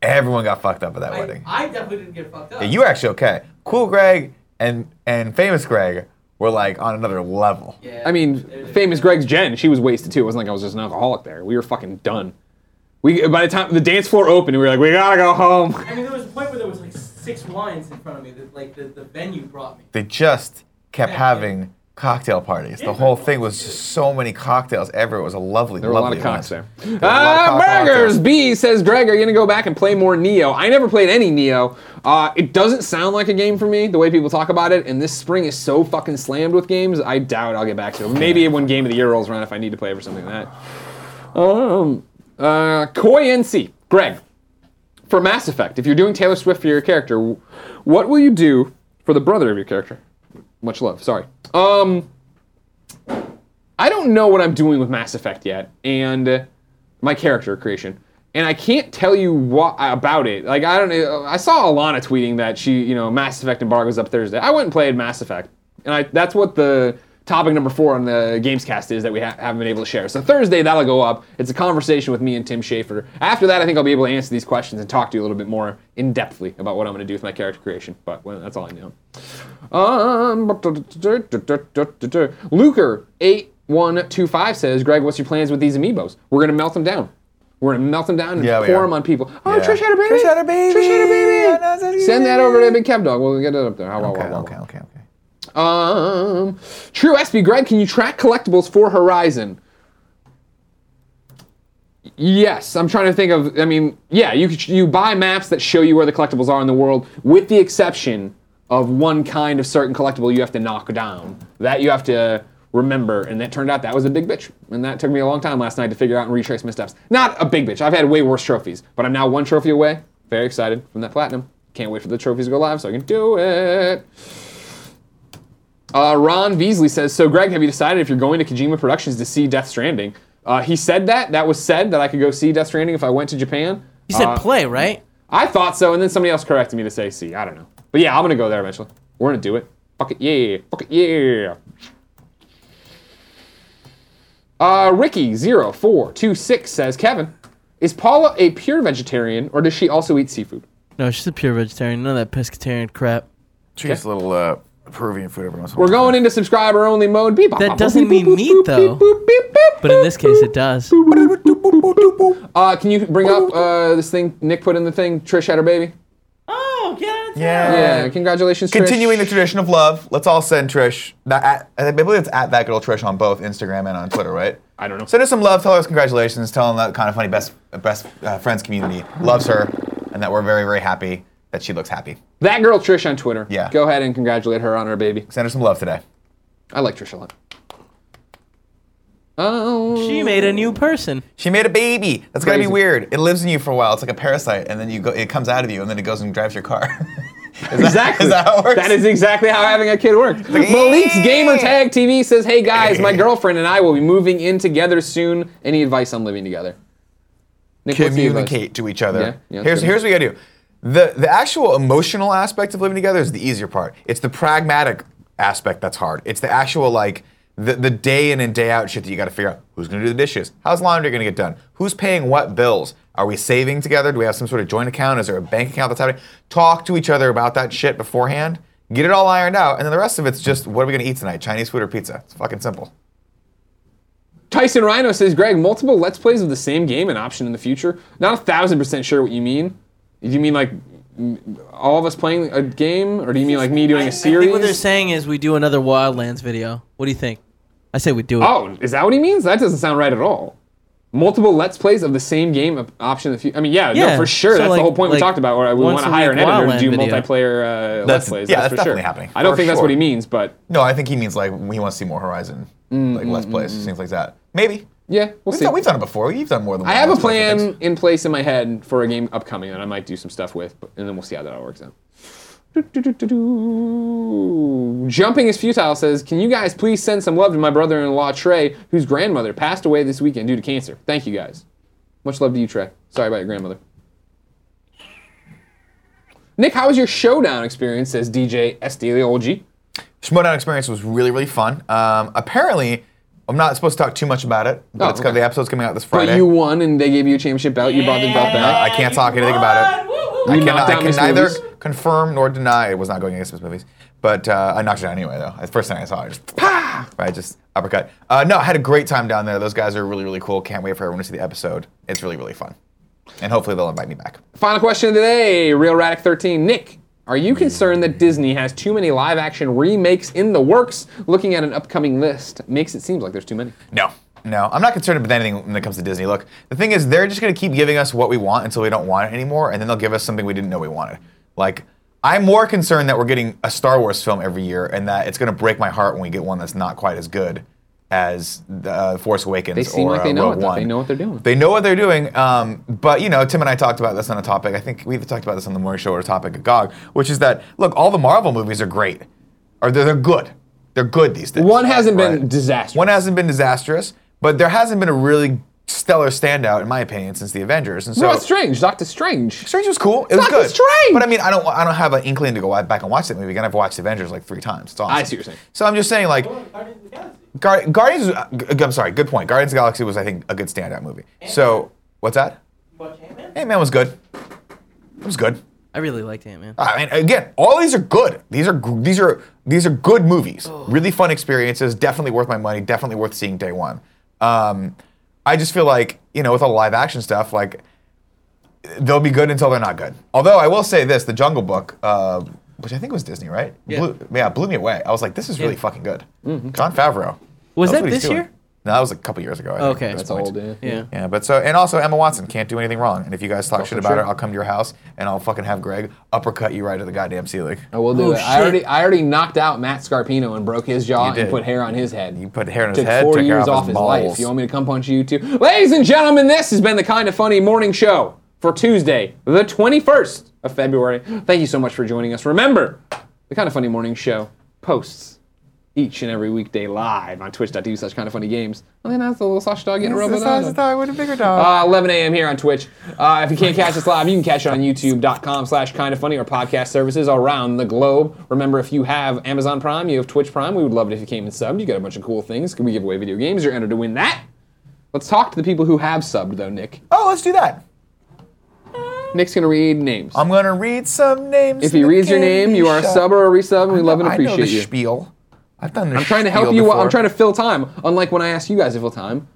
Everyone got fucked up at that wedding.
definitely didn't get fucked up.
Yeah, you were actually okay. Cool Greg and and famous Greg were like on another level.
I mean, famous Greg's Jen, she was wasted too. It wasn't like I was just an alcoholic there. We were fucking done. We by the time the dance floor opened, we were like, we gotta go home.
I mean, there was a point where there was like six wines in front of me that like the, the venue brought me.
They just kept having cocktail parties. The whole thing was just so many cocktails everywhere. It was a lovely,
There were a lot
lovely
of cocks there.
event. were a lot
Uh,
of cock
burgers.
cocktails.
B says, Greg, are you gonna go back and play more Neo? I never played any Neo. Uh, it doesn't sound like a game for me the way people talk about it. And this spring is so fucking slammed with games. I doubt I'll get back to it. Maybe when Game of the Year rolls around, if I need to play it or something like that. Um, uh, Koi NC, Greg, for Mass Effect, if you're doing Taylor Swift for your character, what will you do for the brother of your character? Much love. Sorry. Um, I don't know what I'm doing with Mass Effect yet, and uh, my character creation. and I can't tell you what about it. Like I don't know. I saw Alana tweeting that she, you know, Mass Effect embargoes up Thursday. I went and played Mass Effect, and I that's what the topic number four on the Gamescast is that we ha- haven't been able to share. So Thursday that'll go up. It's a conversation with me and Tim Schafer. After that, I think I'll be able to answer these questions and talk to you a little bit more in depthly about what I'm going to do with my character creation. But well, that's all I know. Um, Luker eight one two five says, Greg, what's your plans with these amiibos? We're gonna melt them down. We're gonna melt them down and
Yeah, we
pour
are.
them on people. Oh,
Yeah.
Trish had a baby.
Trish had a baby.
Trish had a
I know, it's
baby.
a
Send that
baby.
over to Big Cab Dog. We'll get it up there. How,
Okay, okay, okay, okay.
Um, True SB, Greg, can you track collectibles for Horizon? Yes, I'm trying to think of. I mean, yeah, you could- you buy maps that show you where the collectibles are in the world, with the exception of one kind of certain collectible you have to knock down. That you have to remember, and that turned out that was a big bitch, and that took me a long time last night to figure out and retrace my steps. Not a big bitch. I've had way worse trophies, but I'm now one trophy away. Very excited from that platinum. Can't wait for the trophies to go live so I can do it. Uh, Ron Beasley says, "So, Greg, have you decided if you're going to Kojima Productions to see Death Stranding?" Uh, he said that. That was said that I could go see Death Stranding if I went to Japan.
You said
Uh,
play, right?
I thought so, and then somebody else corrected me to say see. I don't know, but yeah, I'm gonna go there eventually. We're gonna do it. Fuck it, yeah. Fuck it, yeah. Uh, Ricky 0426 says, "Kevin, is Paula a pure vegetarian, or does she also eat seafood?"
No, she's a pure vegetarian. None of that pescatarian crap.
She gets a little uh, Peruvian food every once in a
We're
while.
going into subscriber only mode. Beep, bop,
That
bop,
doesn't
boop,
mean
boop, boop,
meat,
boop,
though.
Beep, boop, beep, boop,
But in this case, it does.
Uh, can you bring up uh, this thing Nick put in the thing? Trish had her baby.
Oh, get it.
Yeah.
Yeah, congratulations, Trish.
Continuing the tradition of love, let's all send Trish. That at, I believe it's at that girl Trish on both Instagram and on Twitter, right?
I don't know.
Send her some love. Tell her congratulations. Tell them that kind of funny best best uh, friends community loves her, and that we're very very happy that she looks happy.
that girl Trish on Twitter.
Yeah.
Go ahead and congratulate her on her baby.
Send her some love today.
I like Trish a lot. Oh.
She made a new person.
She made a baby. That's gonna be
Crazy.
weird. It lives in you for a while. It's like a parasite, and then you go. It comes out of you, and then it goes and drives your car. Is that-
Exactly.
Is that how it works?
That is exactly how having a kid works. Malik's Gamer Tag TV says, "Hey guys, my girlfriend and I will be moving in together soon. Any advice on living together?" Nick, what's the advice?
communicate to each other.
Yeah, yeah,
here's
sure.
here's what you gotta do. The the actual emotional aspect of living together is the easier part. It's the pragmatic aspect that's hard. It's the actual like the, the day in and day out shit that you gotta figure out. Who's gonna do the dishes? How's laundry gonna get done? Who's paying what bills? Are we saving together? Do we have some sort of joint account? Is there a bank account that's happening? Talk to each other about that shit beforehand. Get it all ironed out, and then the rest of it's just what are we gonna eat tonight? Chinese food or pizza? It's fucking simple.
Tyson Rhino says, Greg, multiple Let's Plays of the same game an option in the future? Not a thousand percent sure what you mean. Do you mean like m- all of us playing a game, or do you mean like me doing a
I
series?
think what they're saying is we do another Wildlands video. What do you think? I say we do it.
oh, is that what he means? That doesn't sound right at all. Multiple Let's Plays of the same game op- option in the future. I mean, yeah, no,
Yeah,
for sure.
so
that's
like-
the whole point we
like
talked about. Where we
once
want to
a
hire an
week
editor to
Wildland
do
video.
multiplayer uh, Let's
That's-
Plays.
yeah,
that's,
that's
for sure.
definitely happening,
I don't
for
think that's what he
sure.
means, but
No, I think he means like he wants to see more Horizon,
Mm,
like Let's Plays, things like that. Maybe.
yeah, we'll
We've
see.
done, we've done it before. We've done more than.
I
one
have a
Let's Play for
plan
things.
in place in my head for a game upcoming that I might do some stuff with, but, and then we'll see how that all works out. Do-do-do-do-do. Jumping is futile says, "Can you guys please send some love to my brother-in-law Trey, whose grandmother passed away this weekend due to cancer? Thank you guys. Much love to you, Trey. Sorry about your grandmother." Nick, how was your showdown experience? Says DJ Estelioji.
Schmodown experience was really really fun. Um, apparently, I'm not supposed to talk too much about it, but
Oh,
it's got
okay.
the episode's coming out this Friday.
But you won, and they gave you a championship belt. You brought the belt
No, I
back.
can't talk anything about it. I,
You
cannot,
knocked
I
out
can
Miss
neither
Movies.
confirm nor deny it was not going against Miss Movies, but uh, I knocked it out anyway though. The first thing I saw, I just pa, right, just uppercut. Uh, no, I had a great time down there. Those guys are really really cool. Can't wait for everyone to see the episode. It's really really fun, and hopefully they'll invite me back.
Final question of the day, Real Radic 13. Nick, are
Hmm.
you concerned that Disney has too many live action remakes in the works? Looking at an upcoming list makes it seem like there's too many.
No, no, I'm not concerned with anything when it comes to Disney. Look, the thing is, they're just gonna keep giving us what we want until we don't want it anymore, and then they'll give us something we didn't know we wanted. Like, I'm more concerned that we're getting a Star Wars film every year, and that it's gonna break my heart when we get one that's not quite as good as the, uh, Force Awakens
They seem
or
like they
uh,
know
Rogue
it, though.
One.
They know what they're doing.
They know what they're doing, um, but you know, Tim and I talked about this on a topic. I think we either talked about this on the morning show or a topic at GOG, which is that look, all the Marvel movies are great, or they're, they're good. They're good these days.
One hasn't been
Right.
disastrous.
One hasn't been disastrous, but there hasn't been a really stellar standout in my opinion since the Avengers. And so
no, it's Strange. Doctor Strange.
Strange was cool. It was
Doctor
good.
Strange!
But I mean, I don't I don't have an inkling to go back and watch that movie again. I've watched Avengers like three times. It's awesome.
I see what you're saying.
So I'm just saying like. Guar- Guardians, uh, g- I'm sorry, good point. Guardians of the Galaxy was, I think, a good standout movie. So, what's that? Ant Man was good. It was good.
I really liked Ant Man.
I mean, again, all these are good. These are gr- these are these are good movies. Really fun experiences. Definitely worth my money. Definitely worth seeing day one. Um, I just feel like you know, with all the live action stuff, like they'll be good until they're not good. Although I will say this: The Jungle Book, uh, which I think was Disney, right?
Yeah.
blew, yeah, blew me away. I was like, this is really
Yeah. Mm-hmm.
fucking good. John Favreau.
Was
That's
that
what he's
this
doing.
year?
No, that was a couple years ago. I think,
Okay.
at
That's
this point.
old, yeah.
Yeah.
Yeah, but so and also Emma Watson can't do anything wrong. And if you guys talk shit about
true.
her, I'll come to your house and I'll fucking have Greg uppercut you right to the goddamn ceiling.
I will do
Oh,
it. I
shit.
already, I already knocked out Matt Scarpino and broke his jaw
You
and
did.
put hair on his head.
You put hair in his
took
head,
four
took hair
years
off,
off
his
his
balls.
life. You want me to come punch you too? Ladies and gentlemen, this has been the Kind of Funny Morning Show for Tuesday, the 21st of February. Thank you so much for joining us. Remember, the Kind of Funny Morning Show posts each and every weekday live on twitch.tv slash kind of funny games. And then that's a little slash dog in a robot.
with a bigger dog.
Uh, 11 a.m. here on Twitch. Uh, if you can't catch us live, you can catch it on youtube.com slash kind of funny or podcast services around the globe. Remember, if you have Amazon Prime, you have Twitch Prime, we would love it if you came and subbed. You got a bunch of cool things. We give away video games. You're entered to win that. Let's talk to the people who have subbed, though, Nick.
oh, let's do that.
Nick's going to read names.
I'm gonna read some names.
if he
that
reads your
can
name,
be
you are a
shut.
sub or a resub, and we
I
love
know-
and
I know
appreciate
the
you.
spiel. I've done. The
I'm trying to help you.
Before.
I'm trying to fill time, unlike when I asked you guys to fill time.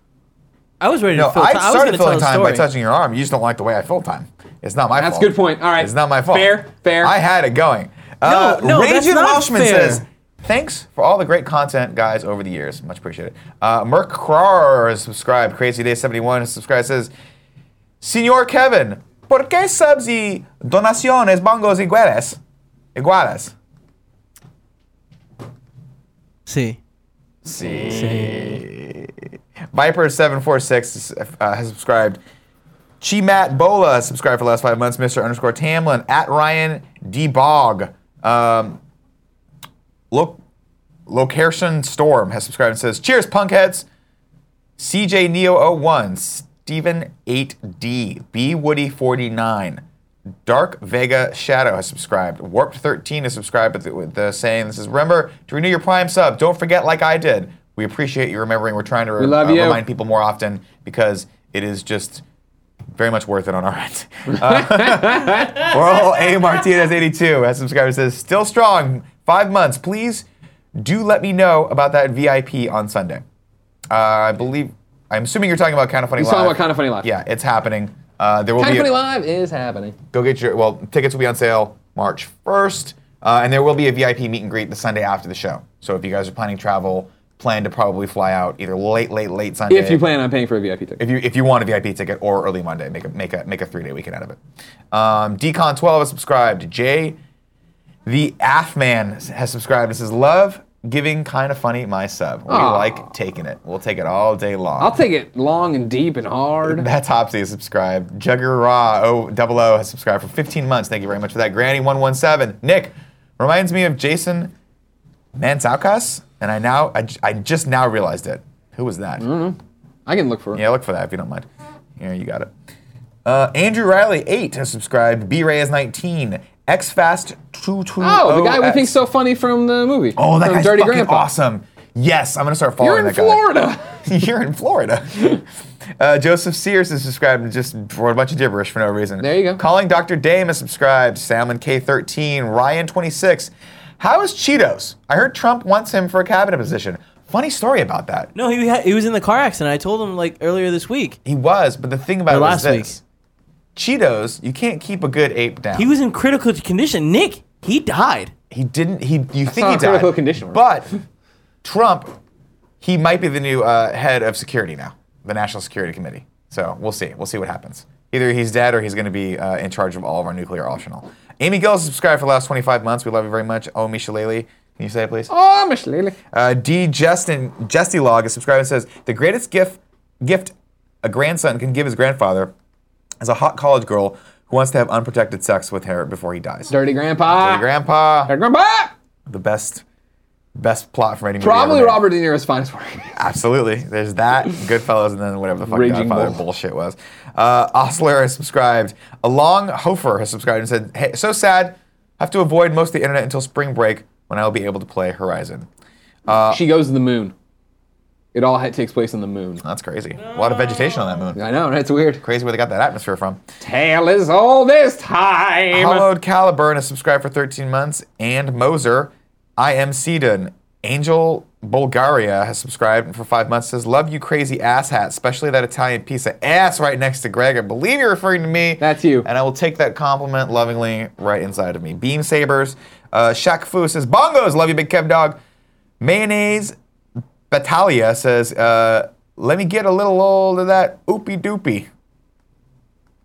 I was ready
No,
to fill
I
time. was
started
gonna
filling
tell a
time by
story.
touching your arm. You just don't like the way I fill time. It's not my
That's
fault.
a good point. All right.
It's not my fault.
Fair, fair.
I had it going. Uh,
no,
Raging
that's not
Welshman
fair.
says, Thanks for all the great content, guys, over the years. Much appreciated. Uh, Merc Crar is subscribed. Crazy Day 71 is subscribed. Says, Senor Kevin, ¿por qué subs y donaciones bongos iguales? Iguales.
See.
Viper746 uh, has subscribed. Chimat Bola subscribed for the last five months. Mr. Underscore Tamlin at Ryan D Bog. Um, Lo- Location Storm has subscribed and says, Cheers, punkheads. CJ Neo 01, Steven 8D, B Woody 49, Dark Vega Shadow has subscribed. Warped 13 is subscribed with the, with the saying, this is, remember to renew your Prime sub. Don't forget like I did. We appreciate you remembering. We're trying to re-
love you.
remind people more often because it is just very much worth it on our end. Uh, Oral A Martinez 82 has subscribed and says, still strong, five months. Please do let me know about that VIP on Sunday. Uh, I believe. I'm assuming you're talking about Kind of Funny
He's
Live.
talking about Kinda Funny Live.
Yeah, it's happening. Uh, there will
Kind
be
of
a-
Funny Live is happening.
go get your well tickets will be on sale March 1st, uh, and there will be a VIP meet and greet the Sunday after the show. So if you guys are planning travel, plan to probably fly out either late, late, late Sunday.
If you plan on paying for a VIP ticket.
If you if you want a VIP ticket or early Monday, make a make a make a three day weekend out of it. Um, Decon twelve has subscribed. Jay, the Af man has subscribed and says love giving kind of funny my sub. We
Aw.
like taking it. We'll take it all day long.
I'll take it long and deep and hard.
That's Hopsy is subscribed. Jugger Raw O double O has subscribed for 15 months. Thank you very much for that. Granny 117. Nick reminds me of Jason Mansaukas, and I now I, j- I just now realized it. Who was that?
Mm. I can look for it.
Yeah, look for that if you don't mind. Yeah, you got it. Uh, Andrew Riley 8 has subscribed. B Ray is 19. XFast 220.
Oh, the guy we think's so funny from the movie.
Oh, that
from
guy's fucking awesome. Yes, I'm gonna start
You're
following
in
that guy.
Florida.
You're in Florida. Uh, Joseph Sears is subscribed and just wrote a bunch of gibberish for no reason.
There you go.
Calling Dr. Dame is subscribed. Salmon K13, Ryan 26. How is Cheetos? I heard Trump wants him for a cabinet position. Funny story about that.
No, he had, he was in the car accident. I told him like earlier this week.
He was, but the thing about
Or
it
last
was this. Cheetos, you can't keep a good ape down.
He was in critical condition. Nick, he died.
He didn't. He. You think
not
he
a critical
died?
condition, right?
But Trump, he might be the new uh, head of security now, the National Security Committee. So we'll see. We'll see what happens. Either he's dead or he's going to be uh, in charge of all of our nuclear arsenal. Amy Gill has subscribed for the last 25 months. We love you very much. Oh, Misha Laley. Can you say it, please?
Oh, Miss Lily.
Uh, D. Justin Jesty Log is subscribed and says the greatest gift gift a grandson can give his grandfather is a hot college girl who wants to have unprotected sex with her before he dies.
Ah. Dirty Grandpa.
Grandpa
Dirty Grandpa.
the best Best plot for any movie
Probably
ever made.
Robert De Niro's finest work.
Absolutely. There's that, Goodfellas, and then whatever the fuck
Raging
Godfather
Bull.
bullshit was. Uh, Osler has subscribed. Along Hofer has subscribed and said, Hey, so sad. Have to avoid most of the internet until spring break when I'll be able to play Horizon. Uh,
she goes to the moon. It all ha- takes place on the moon.
That's crazy. A lot of vegetation on that moon.
I know, right? It's weird.
Crazy where they got that atmosphere from.
Tale is all this time.
Hollowed Caliburn has subscribed for 13 months, and Moser, I am Seedon. Angel Bulgaria has subscribed for five months. Says, "Love you, crazy ass hat, especially that Italian piece of ass right next to Greg. I believe you're referring to me.
That's you.
And I will take that compliment lovingly right inside of me. Beam sabers. Uh, Shaq Fu says, "Bongos, love you, big Kev dog." Mayonnaise Battalia says, uh, "Let me get a little old of that oopy doopy." I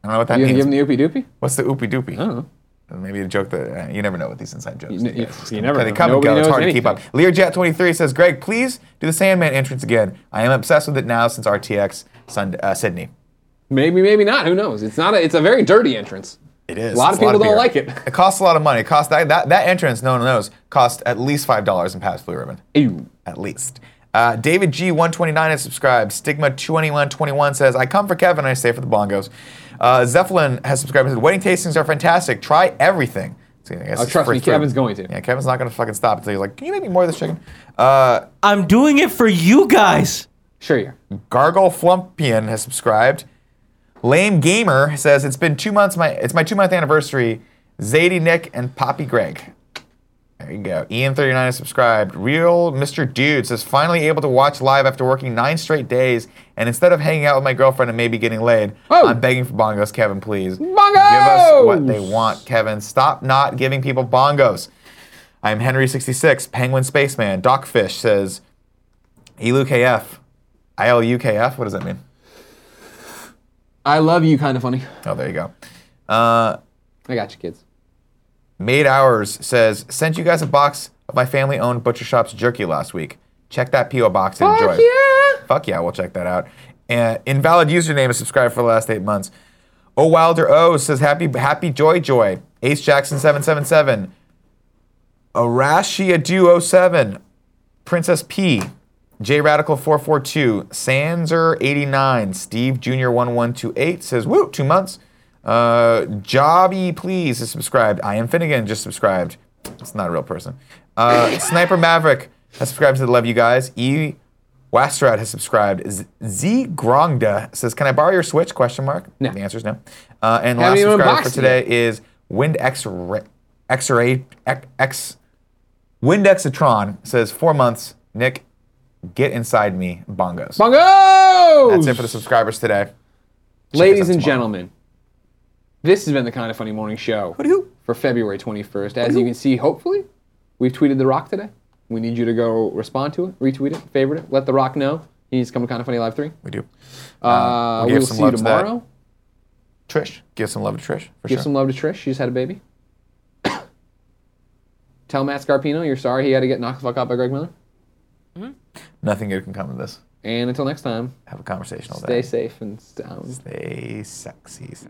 don't know what that
You gonna
means.
give him the oopie doopie?
What's the oopy doopy?
I don't know.
Maybe a joke that uh, you never know what these inside jokes.
You kn-
are.
you- you never
They
know.
come
Nobody
and go. It's
knows
hard to keep up. Learjet23 says, "Greg, please do the Sandman entrance again. I am obsessed with it now since RTX Sund- uh, Sydney.
Maybe, maybe not. Who knows? It's not. A, it's a very dirty entrance.
It is.
A lot of
It's
people don't
beer.
like it.
It costs a lot of money. It costs that, that that entrance. No one knows. Cost at least five dollars in Pabst Blue Ribbon.
Ew.
at least. Uh, David G129 has subscribed. Stigma2121 says, I come for Kevin, I stay for the bongos. Uh, Zeppelin has subscribed and said, Wedding tastings are fantastic. Try everything. So, I guess
Oh,
it's
trust
free
me,
food.
Kevin's going to.
Yeah, Kevin's not going to fucking stop until he's like, Can you make me more of this chicken? Uh,
I'm doing it for you guys.
Sure, you. are.
Gargle Flumpian has subscribed. Lame Gamer says, It's been two months, my it's my two month anniversary. Zadie Nick and Poppy Greg. There you go. Ian39 has subscribed. Real Mr. Dude says, finally able to watch live after working nine straight days, and instead of hanging out with my girlfriend and maybe getting laid,
Oh.
I'm begging for bongos, Kevin, please.
Bongos!
Give us what they want, Kevin. Stop not giving people bongos. I'm Henry66, Penguin Spaceman. Docfish says, ELUKF. ILUKF? What does that mean?
I love you. Kind of funny.
Oh, there you go. Uh,
I got you, kids.
Made Hours says, sent you guys a box of my family owned Butcher Shop's jerky last week. Check that P.O. box and enjoy.
Fuck yeah!
Fuck yeah, we'll check that out. And invalid username is subscribed for the last eight months. O Wilder O says, happy, happy joy joy. Ace Jackson 777. Arashia Duo 07. Princess P. J Radical 442. Sanzer 89. Steve Jr 1128 says, woo, two months. Uh, Jobby, please, is subscribed. I am Finnegan, just subscribed. It's not a real person. Uh, Sniper Maverick has subscribed to the Love You Guys. E. Wastrad has subscribed. Z- Z Grongda says, "Can I borrow your Switch?" Question mark.
No.
The answer is no. Uh,
Haven't
and last
even
subscriber
unboxed
for
it
today is Wind X X Ray X Wind Exatron says four months. Nick, get inside me, bongos.
Bongos.
That's it for the subscribers today.
Ladies
us
and
out tomorrow.
gentlemen, this has been the Kind of Funny Morning Show for February 21st. As you can see, hopefully, we've tweeted The Rock today. We need you to go respond to it, retweet it, favorite it, let The Rock know. He needs to come to Kind of Funny Live 3.
We do.
Uh,
we
we
gave
will
some
see you
love to that.
tomorrow.
Trish, give some love to Trish for
Give
sure.
some love to Trish. She's had a baby. Tell Matt Scarpino you're sorry he had to get knocked the fuck out by Greg Miller.
Nothing good can come of this.
And until next time,
Have a conversation all
stay
day.
safe and sound.
Stay sexy.